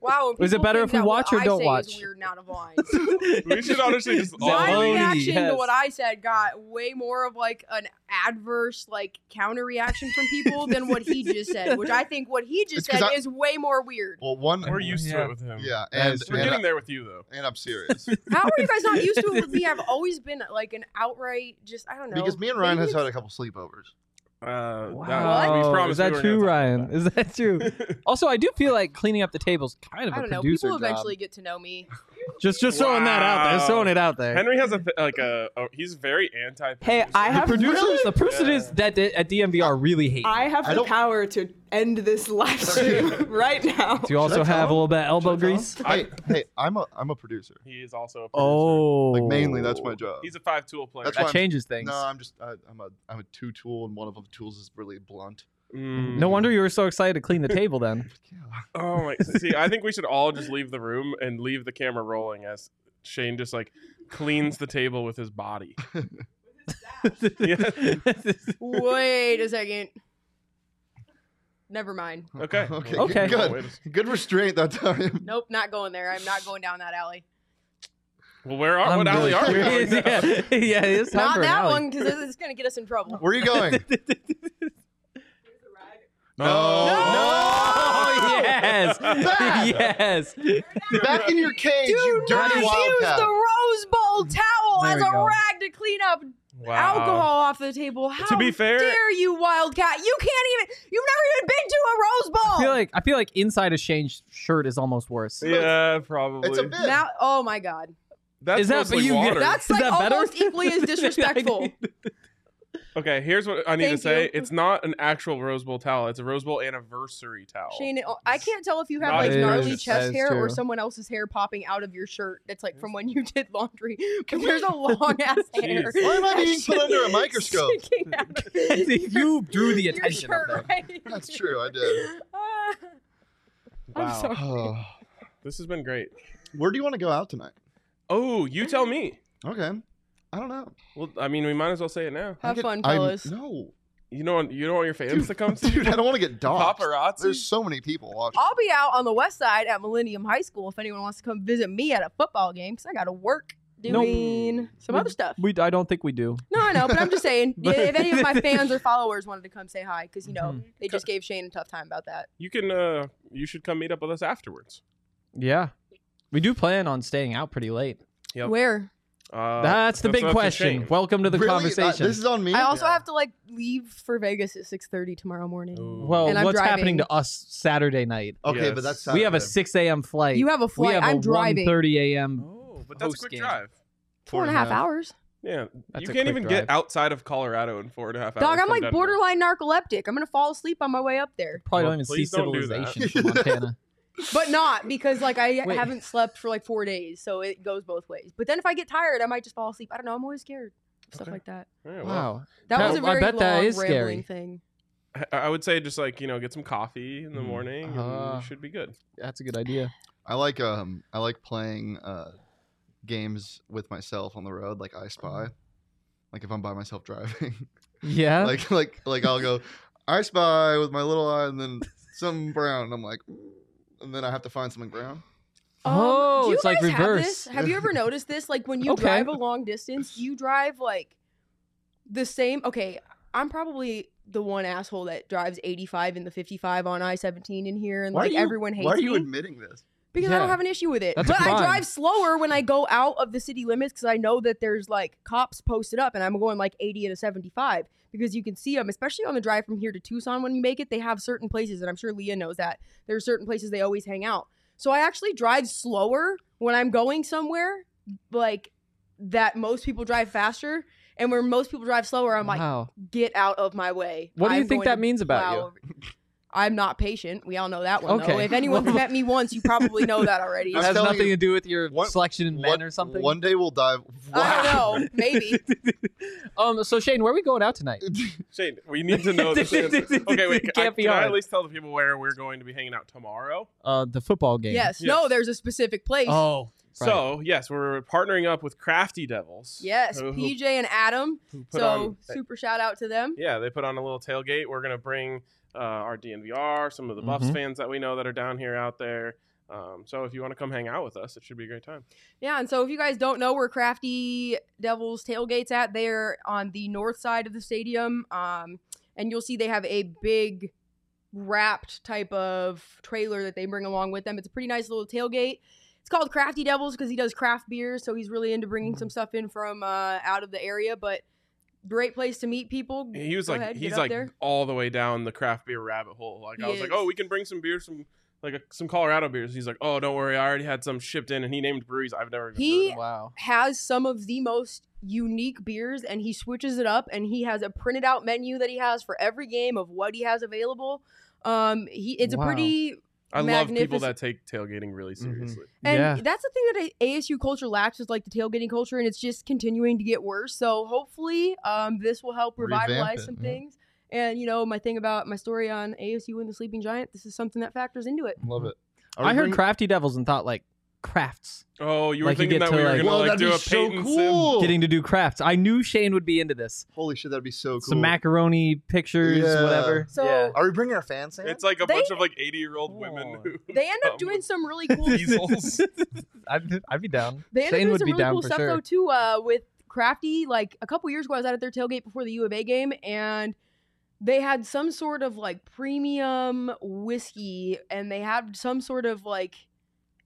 S2: Wow. when
S4: Was it
S2: people
S4: better
S2: think
S4: if we
S2: that what
S4: watch or
S2: I
S4: don't
S2: say is
S4: watch?
S2: weird and out
S4: [LAUGHS]
S2: of line.
S3: [LAUGHS] We should honestly just all-
S2: My
S3: Baloney,
S2: reaction
S4: yes.
S2: to what I said got way more of like an adverse, like counter reaction from
S4: [LAUGHS]
S2: people than what he just said, which I think what he
S1: It's
S2: just
S1: 'cause
S2: said
S1: I-
S2: is way more weird.
S1: Well, one
S3: We're used to
S4: Yeah.
S3: it with him.
S1: yeah,
S4: That
S1: and
S4: is
S3: We're
S1: and,
S3: getting
S1: I,
S3: there with you, though.
S1: and I'm
S3: [LAUGHS]
S1: serious
S2: How are you guys not used to it with me? I've always been like an outright, just I don't know.
S1: because me and Ryan
S2: maybe
S1: has
S2: it's-
S1: had a couple sleepovers.
S3: Uh, that-
S4: Wow,
S3: we
S4: Oh, is
S3: promised we
S4: that
S3: weren't
S4: true,
S3: gonna [LAUGHS]
S4: Ryan? Is that true? also, I do feel like cleaning up the tables kind of
S2: I
S4: a
S2: don't know.
S4: producer
S2: People
S4: job.
S2: eventually get to know me.
S4: Just just throwing that out there. Just throwing it out there.
S3: Henry has a th- like a. Oh, he's very anti.
S7: Hey, I
S4: the
S7: have
S4: producers, the producers that did, at DMVR really hate.
S7: I have
S1: I
S7: the
S1: don't-
S7: power to end this live stream [LAUGHS] right now.
S4: Do you also
S1: I tell
S4: have a
S1: him?
S4: little bit of elbow
S1: Should I tell
S4: grease?
S1: him? Hey, hey, I'm a I'm a producer.
S3: He is also a. Producer.
S4: Oh,
S1: Like mainly, that's my job.
S3: He's a five tool player.
S1: That's
S4: that
S1: why I'm-
S4: changes things.
S1: no, I'm just I, I'm a I'm a two tool, and one of the tools is really blunt.
S3: Mm.
S4: no wonder you were so excited to clean the table then.
S3: [LAUGHS] Oh my! See, I think we should all just leave the room and leave the camera rolling as Shane just like cleans the table with his body.
S4: [LAUGHS]
S2: Wait a second. Never mind.
S3: Okay.
S1: [LAUGHS] Okay.
S4: Okay.
S1: Good. Good, Good restraint that time.
S2: Nope, not going there. I'm not going down that alley.
S3: Well, where are?
S4: I'm
S3: what alley
S4: really [LAUGHS] curious.
S3: are we? on right [LAUGHS] now?
S4: yeah, yeah, it is time
S2: Not
S4: for an
S2: that
S4: alley.
S2: one because it's going to get us in trouble.
S1: Where are you going?
S4: [LAUGHS] Oh, [LAUGHS]
S2: [LAUGHS]
S4: yes,
S1: Back!
S4: yes.
S1: Back in your cage, you
S2: Do not
S1: dirty
S2: use
S1: wildcat.
S2: the Rose Bowl towel
S4: There
S2: as
S4: we
S2: a
S4: go.
S2: rag to clean up
S3: Wow.
S2: alcohol off the table. How
S3: be fair-
S2: dare you, Wildcat? You can't even. You've never even been to a Rose Bowl.
S4: I feel like I feel like inside a Shane's shirt is almost worse.
S3: Yeah, probably.
S1: It's a bit.
S2: now, oh my God,
S3: That's
S4: Is that
S3: mostly
S4: what you-
S3: water.
S2: that's
S4: Is
S2: like
S4: that better?
S2: almost equally
S4: [LAUGHS]
S2: as disrespectful.
S3: Okay, here's what I need
S2: Thank
S3: to say.
S2: you.
S3: It's not an actual Rose Bowl towel. It's a Rose Bowl anniversary towel.
S2: Shane, it- oh, I can't tell if you have
S3: That
S2: like
S3: is-
S2: gnarly
S4: that
S2: chest
S4: is
S2: hair or
S4: true.
S2: someone else's hair popping out of your shirt that's like from when you did laundry. Because there's a long ass hair.
S3: Jeez.
S1: Why am I
S2: that
S1: being put
S2: [LAUGHS] shit
S1: under a microscope?
S2: sticking out [LAUGHS] your-
S4: you drew the
S2: your
S4: attention of
S2: shirt
S4: them.
S2: right
S1: That's
S2: [LAUGHS]
S1: true. I did.
S2: Ah. I'm sorry.
S1: Oh.
S3: This has been great.
S1: Where do you want to go out tonight?
S3: Oh, you tell me.
S1: Okay. I don't know.
S3: Well, I mean, we might as well say it now.
S1: I
S2: Have
S1: get-
S2: fun,
S1: I'm-
S2: fellas.
S1: No,
S3: You don't want you don't want your fans
S4: [LAUGHS]
S3: to come see you?
S1: dude, I don't want to get doxxed.
S3: paparazzi.
S1: There's so many people watching.
S2: I'll be out on the west side at Millennium High School if anyone wants to come visit me at a football game because I got to work
S4: Nope.
S2: doing some
S4: We-
S2: other stuff.
S4: We I don't think we do.
S2: No, I know, but I'm just saying yeah, if any of my fans or followers wanted to come say hi because, you know, they just gave Shane a tough time about that.
S3: you can uh you should come meet up with us afterwards.
S4: Yeah. We do plan on staying out pretty late.
S3: Yep.
S2: Where?
S3: Uh,
S4: That's the
S3: that's
S4: big
S3: up to
S4: question.
S3: Shane.
S4: Welcome to the
S1: Really? Uh,
S4: conversation.
S1: this is on me.
S2: I also
S3: Yeah.
S2: have to like leave for Vegas at 6:30 tomorrow morning.
S3: Ooh.
S4: well,
S2: and I'm
S4: what's
S2: driving.
S4: happening to us Saturday night?
S1: okay,
S3: Yes.
S1: but that's
S4: We have a
S1: Saturday.
S4: 6 a.m. flight.
S2: You have a
S4: we
S2: flight.
S4: have
S2: I'm
S4: a
S2: driving.
S4: 1:30 a.m.
S3: Oh, but that's a
S4: Post
S3: quick
S4: game.
S3: drive.
S2: Four and a half hours.
S3: Yeah,
S4: That's
S3: you
S4: a quick
S3: can't even
S4: drive.
S3: get outside of Colorado in four and a half hours.
S2: Dog, I'm
S3: from
S2: like
S3: Denver.
S2: borderline narcoleptic. I'm gonna fall asleep on my way up there,
S4: Probably
S3: Well,
S4: don't even see
S3: please don't do that.
S4: civilization
S3: [LAUGHS]
S4: from Montana.
S2: but not because like I
S4: Wait.
S2: haven't slept for like four days, so it goes both ways. But then if I get tired, I might just fall asleep. I don't know. I'm always scared. of Stuff
S3: Okay.
S2: like that.
S3: Yeah, well,
S4: wow.
S2: That
S4: That-
S2: was a
S4: I
S2: very
S4: bet
S2: long
S4: that is
S2: rambling
S4: scary.
S2: thing.
S3: I, I would say just like you know, get some coffee in the
S4: Mm.
S3: morning. and
S4: Ah.
S3: you should be good.
S4: That's a good idea.
S1: I like um I like playing uh games with myself on the road, like I Spy. Like if I'm by myself [LAUGHS] driving,
S4: Yeah.
S1: like like like I'll go I Spy with my little eye, and then something brown. And I'm like, and then I have to find something brown.
S2: Um,
S4: Oh,
S2: do you
S4: it's like
S2: guys Have, this?
S4: reverse.
S2: have you ever noticed this? Like when you
S4: Okay.
S2: drive a long distance, do you drive like the same. Okay, I'm probably the one asshole that drives 85 in the 55 on I-17 in here, and
S1: Why are
S2: like
S1: you-
S2: everyone hates
S1: Why are you
S2: me
S1: admitting this?
S2: because I don't
S4: Yeah.
S2: have an issue with it.
S4: That's a
S2: but I
S4: crime.
S2: drive slower when I go out of the city limits because I know that there's like cops posted up, and I'm going like 80 and a 75 because you can see them, especially on the drive from here to Tucson. When you make it, they have certain places, and I'm sure Leah knows that there are certain places they always hang out. So I actually drive slower when I'm going somewhere like that. Most people drive faster, and where most people drive slower, I'm like,
S4: wow.
S2: get out of my way.
S4: What do you
S2: I'm
S4: think
S2: going
S4: that
S2: to
S4: means about
S2: plow
S4: you?
S2: over- I'm not patient. We all know that one. Though.
S4: Okay.
S2: If
S4: [LAUGHS]
S2: anyone's
S4: Well-
S2: met me once, you probably know that already.
S4: It
S1: I'm
S4: has
S1: telling
S4: nothing
S1: you-
S4: to do with your
S1: One-
S4: selection in
S1: One-
S4: men or something.
S1: One day we'll dive.
S2: I don't know.
S3: [LAUGHS]
S2: Maybe.
S4: um. So Shane, where are we going out tonight?
S3: Shane, we need to [LAUGHS] know this. answer. okay, wait.
S4: It
S3: I,
S4: can't be
S3: can I at
S4: hard.
S3: least tell the people where we're going to be hanging out tomorrow?
S4: Uh, the football game.
S2: Yes.
S3: Yes.
S2: No, there's a specific place.
S4: Oh. right.
S3: So yes, we're partnering up with Crafty Devils.
S2: Yes,
S3: who- who-
S2: PJ and Adam.
S3: who put
S2: So
S3: on- uh,
S2: super shout out to them.
S3: Yeah, they put on a little tailgate. We're gonna bring uh, our DNVR, some of the Buffs
S4: Mhm.
S3: fans that we know that are down here out there. Um, so if you want to come hang out with us, it should be a great time.
S2: Yeah, and so if you guys don't know where Crafty Devils tailgates at, they're on the north side of the stadium. Um, and you'll see they have a big wrapped type of trailer that they bring along with them. It's a pretty nice little tailgate. It's called Crafty Devils because he does craft beers, so he's really into bringing some stuff in from uh, out of the area. But great place to meet people.
S3: He was
S2: Go
S3: like,
S2: ahead, get
S3: he's
S2: up
S3: like
S2: there.
S3: all the way down the craft beer rabbit hole. Like I
S2: He
S3: was like,
S2: is.
S3: oh, we can bring some beers from like a, some Colorado beers. He's like, oh, don't worry, I already had some shipped in, and he named breweries I've never. Even
S2: He-
S3: heard of.
S4: Wow.
S2: has some of the most unique beers and he switches it up and he has a printed out menu that he has for every game of what he has available. Um he it's
S4: Wow.
S2: a pretty
S3: I love people
S2: magnificent-
S3: that take tailgating really
S1: Mm-hmm.
S3: seriously.
S2: and
S4: yeah.
S2: that's the thing that I- ASU culture lacks is like the tailgating culture and it's just continuing to get worse. So hopefully um this will help
S1: Revamp
S2: revitalize
S1: it,
S2: some
S1: yeah.
S2: things. And you know, my thing about my story on ASU and the sleeping giant, this is something that factors into it.
S1: [LAUGHS] Love it.
S3: Are
S4: I
S3: we
S4: heard
S3: bringing-
S4: crafty devils and thought like crafts,
S3: Oh, you were
S4: Like, you
S3: thinking
S4: get
S3: that
S4: to,
S3: we were
S4: like-
S3: gonna
S4: Well,
S3: like do a
S1: so
S3: patent sim.
S1: cool.
S4: getting to do crafts. I knew Shane would be into this.
S1: Holy shit, that'd be so cool.
S4: Some macaroni pictures,
S1: Yeah. [LAUGHS]
S4: whatever.
S2: So
S4: yeah.
S1: Are we bringing our fans in?
S3: It's like a
S2: They-
S3: bunch of like eighty-year-old women
S4: Oh.
S3: who
S2: they end
S3: Um,
S2: up doing some
S4: [LAUGHS]
S2: really
S1: [LAUGHS]
S2: cool
S3: Diesels.
S4: I'd, I'd be down.
S2: They ended up
S4: Shane
S2: doing
S4: would
S2: some
S4: be
S2: really
S4: down
S2: cool
S4: for
S2: stuff
S4: sure.
S2: though too uh, with Crafty. Like a couple years ago, I was out at their tailgate before the U of A game, and they had some sort of like premium whiskey, and they had some sort of like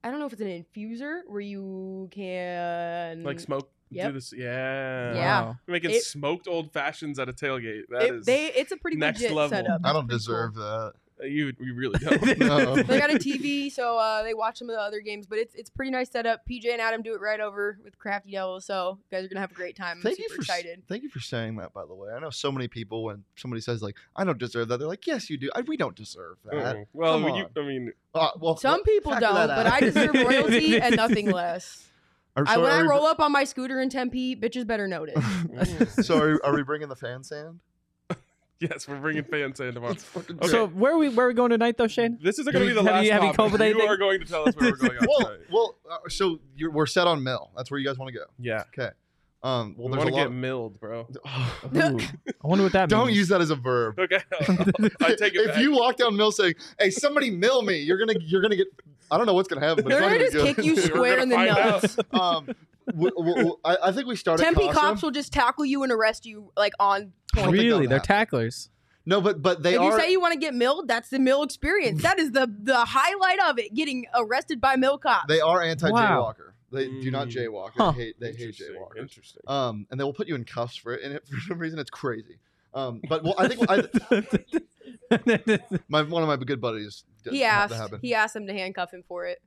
S2: I don't know if it's an infuser where you can
S3: [LAUGHS] like smoke. Do
S2: Yep.
S3: this, yeah,
S2: Yeah.
S4: Wow.
S3: Making
S2: It-
S3: smoked old fashions at a tailgate. That is
S2: It, they, it's a pretty
S3: next
S2: legit
S3: level.
S2: setup.
S1: I don't
S2: It's pretty
S1: deserve that.
S3: you.
S2: [LAUGHS]
S3: You really
S1: [LAUGHS]
S4: [LAUGHS]
S3: don't. [LAUGHS]
S1: No.
S2: Cool. They got a TV, so uh, they watch some of the other games, but it's it's pretty nice setup. PJ and Adam do it right over with Crafty Devil, so you guys are gonna have a great time. I'm
S1: Thank
S2: super
S1: you for s-
S2: excited.
S1: thank you for saying that. By the way, I know so many people when somebody says like I don't deserve that, they're like, yes, you do. I, we don't deserve that.
S3: Mm. well,
S1: Come
S3: you, I mean,
S1: Uh, well, [LAUGHS]
S2: Some
S1: let-
S2: people
S1: factor
S2: don't,
S1: that
S2: but
S1: out. [LAUGHS]
S2: I deserve royalty and nothing less.
S1: Are-
S2: I,
S1: so
S2: when
S1: are
S2: I
S1: we
S2: roll up on my scooter in Tempe, bitches
S1: [LAUGHS]
S2: better notice.
S1: br- [LAUGHS] so are, are we bringing the fan sand?
S3: mm. [LAUGHS] yes, we're bringing fans in tomorrow.
S1: Let's fucking
S3: Okay.
S4: So where are we where are we going tonight though, Shane?
S3: This is going to be the
S4: Have
S3: last
S4: you- have you
S3: topic.
S4: come up with anything?
S3: are going to tell us where we're going.
S1: [LAUGHS]
S3: on
S1: well,
S3: tonight.
S1: well. Uh, so you're, we're set on mill. That's where you guys want to go.
S3: yeah.
S1: Okay. Um. Well,
S3: we
S1: there's
S3: want
S1: a
S3: to get
S1: lot.
S3: milled,
S1: [LAUGHS]
S3: bro.
S4: Ooh, I wonder what that
S1: don't
S4: means.
S1: use that as a verb.
S3: Okay. [LAUGHS] I take it
S1: if
S3: back.
S1: you walk down mill saying, "Hey, somebody mill me," you're gonna you're gonna get. I don't know what's gonna happen. But
S2: They're
S1: it's
S2: gonna
S1: not gonna
S2: just kick
S1: [LAUGHS]
S2: you
S3: We're
S2: square
S3: gonna
S2: in the
S3: find out.
S2: nuts.
S1: go. [LAUGHS] Um. W- w- w- I, I think we started.
S2: Tempe
S1: Casa.
S2: cops will just tackle you and arrest you like on
S1: don't think
S2: point.
S1: that'll
S4: really, they're
S1: happen.
S4: tacklers.
S1: No, but but they
S2: if
S1: are.
S2: you say you want to get milled, that's the mill experience. That is the the highlight of it. Getting arrested by mill cops.
S1: They are anti jaywalker. They do not
S3: Mm.
S1: jaywalk.
S4: Huh.
S1: They hate they hate
S3: Interesting.
S1: jaywalkers.
S3: Interesting.
S1: Um, and they will put you in cuffs for it. And it, [LAUGHS] for some reason, it's crazy. Um, but well, I think I, my one of my good buddies. Did,
S2: he
S1: had
S2: asked.
S1: that happen.
S2: He asked them to handcuff him for it.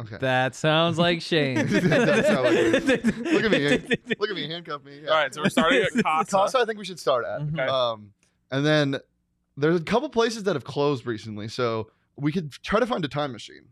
S1: okay.
S4: [LAUGHS] that sounds like Shane.
S1: [LAUGHS] That sounds Look at me. Look at me. Handcuff me. Yeah.
S3: All right,
S1: [LAUGHS]
S3: so we're starting at Casa.
S1: Casa, I think we should start at.
S4: Mhm.
S3: Okay.
S1: Um, and then there's a couple places that have closed recently, so we could try to find a time machine.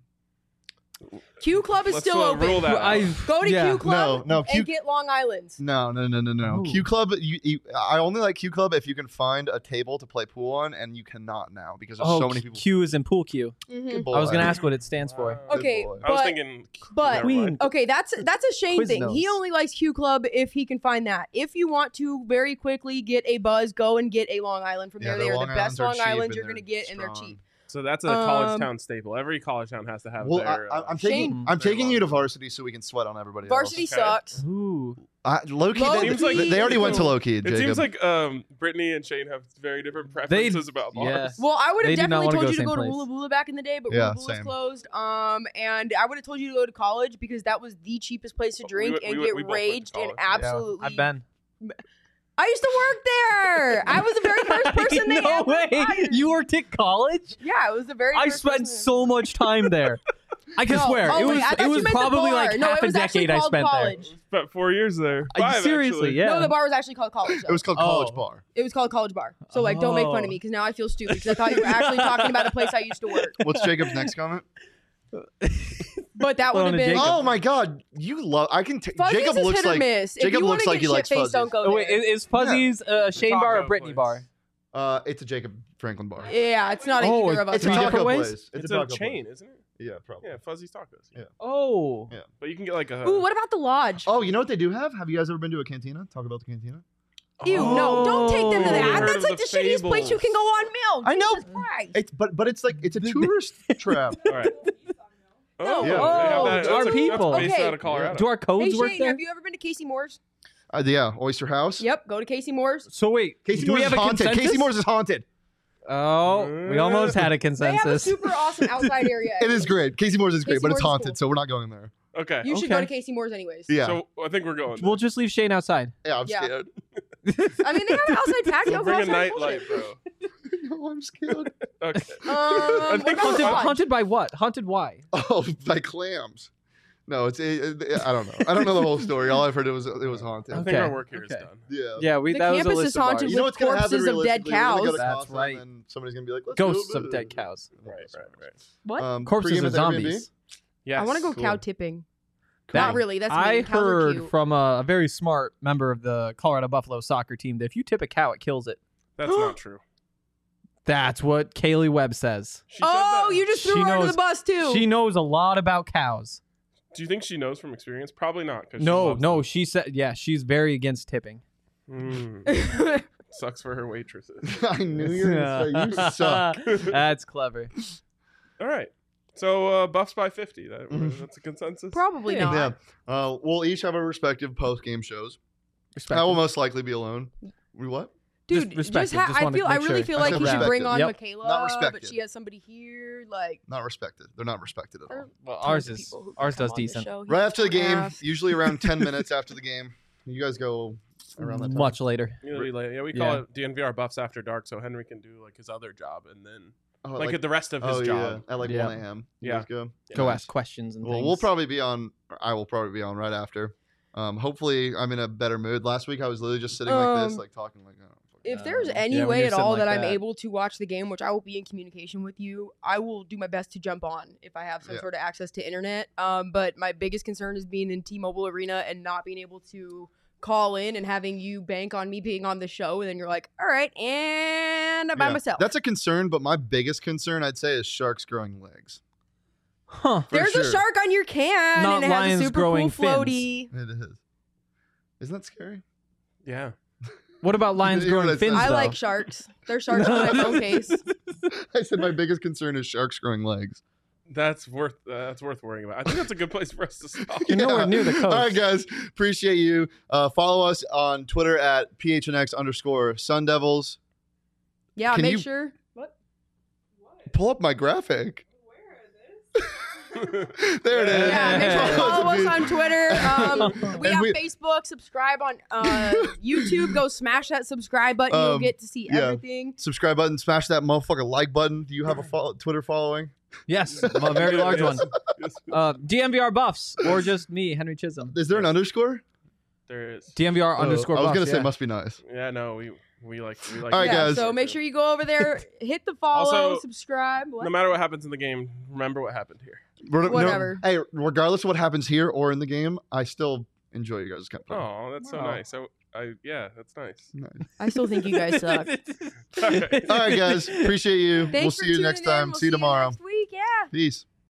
S2: Q Club is
S3: Let's,
S2: still
S3: uh,
S2: open.
S3: rule that
S4: I-
S3: out.
S2: Go to
S4: Yeah.
S2: Q Club
S1: No, no, Q-
S2: and get Long Islands.
S1: No, no, no, no, no.
S4: Ooh.
S1: Q Club. You, you, I only like Q Club if you can find a table to play pool on, and you cannot now because there's
S4: Oh,
S1: so many people.
S4: Q is in pool Q.
S2: Mhm.
S1: Good
S4: I was
S1: boy.
S4: gonna ask what it stands for.
S3: Wow.
S1: Mm-hmm. Good
S2: Okay,
S1: boy.
S3: I was
S2: but-
S3: thinking.
S2: but-
S3: never mind.
S4: Queen.
S2: Okay, that's that's a Shane thing. He
S4: Quiznos.
S2: only likes Q Club if he can find that. If you want to very quickly get a buzz, go and get a Long Island from
S1: Yeah,
S2: there.
S1: their
S2: They are
S1: Long
S2: the
S1: Islands
S2: best
S1: are
S2: Long
S1: cheap
S2: Islands
S1: and
S2: you're
S1: they're
S2: gonna get, and they're
S1: strong.
S2: cheap.
S3: So that's a college
S2: Um,
S3: town staple. Every college town has to have
S1: Well,
S3: their.
S1: I,
S3: uh,
S1: I'm taking
S2: Shane-
S1: I'm
S3: their
S1: taking you to
S3: lineup.
S1: varsity so we can sweat on everybody.
S2: Varsity
S1: Else.
S3: Okay.
S4: Oh.
S2: sucks.
S4: Ooh.
S1: I, low key,
S2: Low
S1: they,
S3: key.
S1: they- they already went to low key.
S3: It seems like um, Brittany and Shane have very different preferences about bars.
S4: yeah.
S2: Well, I would
S4: They
S2: have
S4: do not
S2: definitely
S4: wanna
S2: told
S4: go
S2: you to
S4: same
S2: go to
S4: place.
S2: Woola Woola back in the day, but
S1: Yeah,
S2: Woola Woola's
S1: same.
S2: closed. Um, and I would have told you to go to college because that was the cheapest place to
S3: We
S2: drink
S3: went- we
S2: and
S3: went- we
S2: get
S3: both went to
S2: raged and
S3: college. Yeah,
S2: absolutely.
S4: I've been.
S2: I used to work there. I was the
S4: [LAUGHS]
S2: very first person they
S4: no
S2: ever
S4: way.
S2: hired.
S4: You worked at college?
S2: Yeah, I was the very.
S4: I
S2: first
S4: spent
S2: person.
S4: so much time there. I can
S2: No.
S4: swear
S2: Oh,
S4: it
S2: wait,
S4: was
S2: I thought
S4: it
S2: you
S4: was
S2: meant the
S4: probably
S2: bar.
S4: like
S2: no,
S4: half
S2: it was
S4: a
S2: actually
S4: decade I
S2: called
S4: spent there.
S2: college.
S3: About four years there.
S4: I-
S3: Five,
S4: seriously,
S3: actually.
S4: yeah.
S2: No, the bar was actually called college. Though.
S1: it was called
S4: Oh.
S1: College Bar.
S2: It was called College Bar. So like, don't make fun
S4: Oh.
S2: of me because now I feel stupid because I thought you were actually talking about a place I used to work.
S1: What's Jacob's [LAUGHS] next comment?
S2: But that
S4: Throwing
S2: would have
S4: a
S2: been.
S4: Jacob.
S1: Oh my God, you love. I can. T-
S2: Fuzzies
S1: Jacob
S2: is
S1: looks
S2: hit or
S1: like.
S2: miss. if
S1: Jacob
S2: you
S1: looks
S2: want
S1: like
S2: to
S1: he
S2: get
S1: likes
S2: shit
S1: fuzzies.
S2: faced, don't go
S4: Oh,
S2: there.
S4: wait, is, is Fuzzy's uh, Shane bar or
S3: taco
S4: Brittany
S3: place.
S4: bar?
S1: Uh, it's a Jacob Franklin bar.
S2: yeah, it's not
S4: Oh,
S2: either of us.
S1: It's a
S4: Three
S2: right?
S4: different
S1: taco
S4: ways?
S1: place. It's,
S3: It's,
S1: a,
S3: a,
S1: taco
S3: chain,
S1: Place.
S3: isn't it?
S1: Yeah, probably.
S3: Yeah, Fuzzy's Tacos.
S1: Yeah.
S4: Oh.
S1: Yeah.
S3: But you can get like a.
S2: Ooh, what about the lodge?
S1: Oh, you know what they do have? Have you guys ever been to a cantina? Talk about the cantina.
S2: Ew, no, don't take them to
S4: Oh.
S2: that.
S4: Heard
S2: That's
S3: of
S2: like
S3: the
S2: the, shittiest place you can go on milk.
S1: I know.
S2: Jesus Christ.
S1: It's but but it's like it's a tourist [LAUGHS] trap.
S3: All right. Oh,
S2: No.
S3: yeah.
S4: Oh,
S3: they have that.
S4: our
S3: That's a-
S4: people.
S3: That's based
S2: Okay.
S3: out of Colorado.
S4: Do our
S2: Hey
S4: codes work
S2: Shane,
S4: there?
S2: have you ever been to Casey Moore's?
S1: Uh, yeah, Oyster House.
S2: Yep, go to Casey Moore's.
S4: so wait,
S1: Casey
S4: do
S1: Moore's
S4: we have
S1: is
S4: a
S1: haunted.
S4: consensus?
S1: Casey Moore's is haunted.
S4: Oh, we almost
S2: They
S4: had a
S2: have a
S4: consensus.
S2: super awesome outside area.
S1: It is great. Casey Moore's is great,
S2: Casey
S1: but it's
S2: Moore's is
S1: haunted,
S2: cool.
S1: so we're not going there.
S3: Okay.
S2: You should go
S4: Okay.
S2: to Casey Moore's anyways.
S1: Yeah,
S4: [LAUGHS]
S3: So I think we're going.
S4: We'll just leave Shane outside.
S1: yeah, I'm
S2: Yeah.
S1: scared.
S2: I mean, they have an outside patio. go
S3: We'll bring a
S2: [LAUGHS] outside and bullshit.
S3: nightlight, bro.
S1: [LAUGHS] no, I'm scared. [LAUGHS]
S3: Okay.
S2: Um,
S3: think
S2: what
S4: Haunted,
S2: about Lodge?
S4: haunted by what? Haunted why?
S1: Oh, by clams. No, it's it, it- I don't know. I don't know the whole story. All I've heard it was it was haunted.
S3: I think
S4: Okay,
S3: our work here is
S4: okay.
S3: done.
S1: Yeah.
S4: Yeah, we
S2: The
S4: that was a
S2: campus
S4: list
S2: is
S4: of
S2: haunted
S4: ours.
S1: You know
S2: with
S1: what's gonna happen
S2: corpses of dead
S1: realistically? They're gonna
S2: cows.
S1: go to
S4: That's
S1: Costco
S4: right.
S1: And then somebody's gonna be like, Let's
S4: Ghosts
S1: go-
S4: of dead cows.
S3: Right, right, right.
S2: What?
S1: Um,
S4: Corpses
S1: pregame
S4: of
S1: at the
S4: zombies.
S3: Yes.
S2: I want to go
S1: cool.
S2: cow tipping.
S4: That-
S2: Not really. That's
S4: I
S2: mean. Cows are
S4: heard
S2: cute.
S4: from a, a very smart member of the Colorado Buffalo soccer team that if you tip a cow, it kills it.
S3: That's not true.
S4: That's what Kaylee Webb says.
S3: She said
S2: Oh,
S3: that-
S2: you just
S4: She
S2: threw her under
S4: knows-
S2: the bus too. [LAUGHS]
S4: She knows a lot about cows.
S3: Do you think she knows from experience? Probably not. 'cause she
S4: No,
S3: loves
S4: no,
S3: them.
S4: she said, yeah, she's very against tipping.
S3: Mm, sucks for her waitresses.
S4: [LAUGHS]
S3: [LAUGHS]
S1: [LAUGHS] I knew you were gonna say uh, you
S2: [LAUGHS]
S1: suck.
S4: That's clever.
S3: All right. So uh, buffs by fifty. That, uh, that's a consensus.
S2: Probably not.
S1: Yeah. Uh, we'll each have our respective post game shows.
S4: Respect.
S1: I will most likely be alone. We what?
S4: Just
S2: Dude, just,
S4: respected.
S2: ha-
S4: Just
S2: I
S4: wanted to
S2: feel I
S4: make
S2: really
S4: sure.
S2: feel
S1: I
S2: like
S1: said
S2: you should bring
S1: respected.
S2: on
S4: Yep.
S1: Not
S2: Michaela, but
S1: respected.
S2: she has somebody here. Like
S1: Not respected. They're not respected at all.
S2: Or-
S4: Well,
S2: tons
S4: ours
S2: of
S4: is
S2: people who
S4: ours
S2: come
S4: does
S2: on the
S4: decent.
S2: show. He
S1: Right after the game,
S2: asked-
S1: usually around
S2: [LAUGHS]
S1: ten minutes after the game. You guys go around that time.
S4: Much later.
S3: You know, we lay- yeah, we call
S4: Yeah.
S3: it DNVR buffs after dark, so Henry can do like his other job and then
S1: Oh, at
S3: like, the rest of his
S1: oh,
S3: job.
S1: yeah, at like
S4: Yeah.
S1: one a.m. You
S3: Yeah.
S1: guys go.
S4: Go
S1: Nice.
S4: ask questions and
S1: Well,
S4: things.
S1: we'll probably be on. or I will probably be on right after. Um, hopefully, I'm in a better mood. Last week, I was literally just sitting like this,
S2: Um,
S1: like talking like. Oh, fuck
S2: If
S1: that.
S2: there's
S1: Yeah.
S2: any
S4: Um, Yeah, when
S2: way
S4: you're
S2: at
S4: sitting
S2: all
S4: like
S2: that, I'm
S4: that.
S2: able to watch the game, which I will be in communication with you, I will do my best to jump on if I have some
S1: Yeah.
S2: sort of access to internet. Um, but my biggest concern is being in T-Mobile Arena and not being able to call in and having you bank on me being on the show, and then you're like, all right, and I'm by
S1: Yeah.
S2: myself.
S1: That's a concern, but my biggest concern, I'd say, is sharks growing legs.
S4: Huh.
S1: for
S2: There's a
S1: sure.
S2: shark on your can,
S4: Not
S2: and it has
S4: lions
S2: a super
S4: growing
S2: cool floaty.
S1: It is. Isn't that scary? [LAUGHS]
S3: Yeah.
S4: What about lions
S1: You know what I
S4: growing
S1: said?
S4: fins?
S2: I
S4: though?
S2: like sharks.
S4: [LAUGHS]
S2: There's sharks in my phone case.
S1: I said my biggest concern is sharks growing legs.
S3: That's worth uh, that's worth worrying about. I think that's a good place for us to stop.
S1: [LAUGHS]
S4: You're nowhere near the
S1: All
S4: coast.
S1: right, guys. Appreciate you. Uh, follow us on Twitter at phnx underscore sun devils.
S2: Yeah,
S1: Can
S2: make
S1: you-
S4: [LAUGHS]
S2: sure.
S1: Pull up my graphic. [LAUGHS] there it is.
S2: Yeah, make sure to
S4: Yeah.
S2: follow us on Twitter.
S4: [LAUGHS]
S2: Um, we
S1: And
S2: have
S1: we-
S2: Facebook. Subscribe on
S1: [LAUGHS]
S2: uh, YouTube. Go smash that subscribe button. You'll
S1: Um,
S2: get to see
S1: yeah.
S2: everything.
S1: Subscribe button. Smash that motherfucker like button. Do you have a follow- Twitter following?
S4: Yes, a very large
S3: Yes.
S2: [LAUGHS]
S4: one. Uh, DMVR buffs or just me, Henry Chisholm.
S1: Is there an underscore?
S3: [LAUGHS] There is.
S4: DMVR
S1: Oh,
S4: underscore.
S1: I was
S4: buffs,
S1: gonna say
S4: yeah.
S1: must be nice.
S3: Yeah, no, we we like we like.
S1: All right,
S3: that.
S2: yeah,
S1: guys.
S2: So make sure you go over there, hit the follow,
S3: Also,
S2: subscribe. What?
S3: No matter what happens in the game, remember what happened here.
S1: Re- no-
S2: Whatever.
S1: hey, regardless of what happens here or in the game, I still enjoy you guys' company.
S3: Oh, that's so
S4: Wow.
S3: nice. I, I yeah, that's nice.
S2: I still think you
S3: [LAUGHS]
S2: guys
S4: [LAUGHS]
S2: suck.
S1: All right, guys. Appreciate you.
S2: Thanks
S1: we'll
S2: for
S1: see you next
S2: tuning in.
S1: time.
S2: We'll
S1: see you tomorrow.
S2: next week. Yeah.
S1: Peace.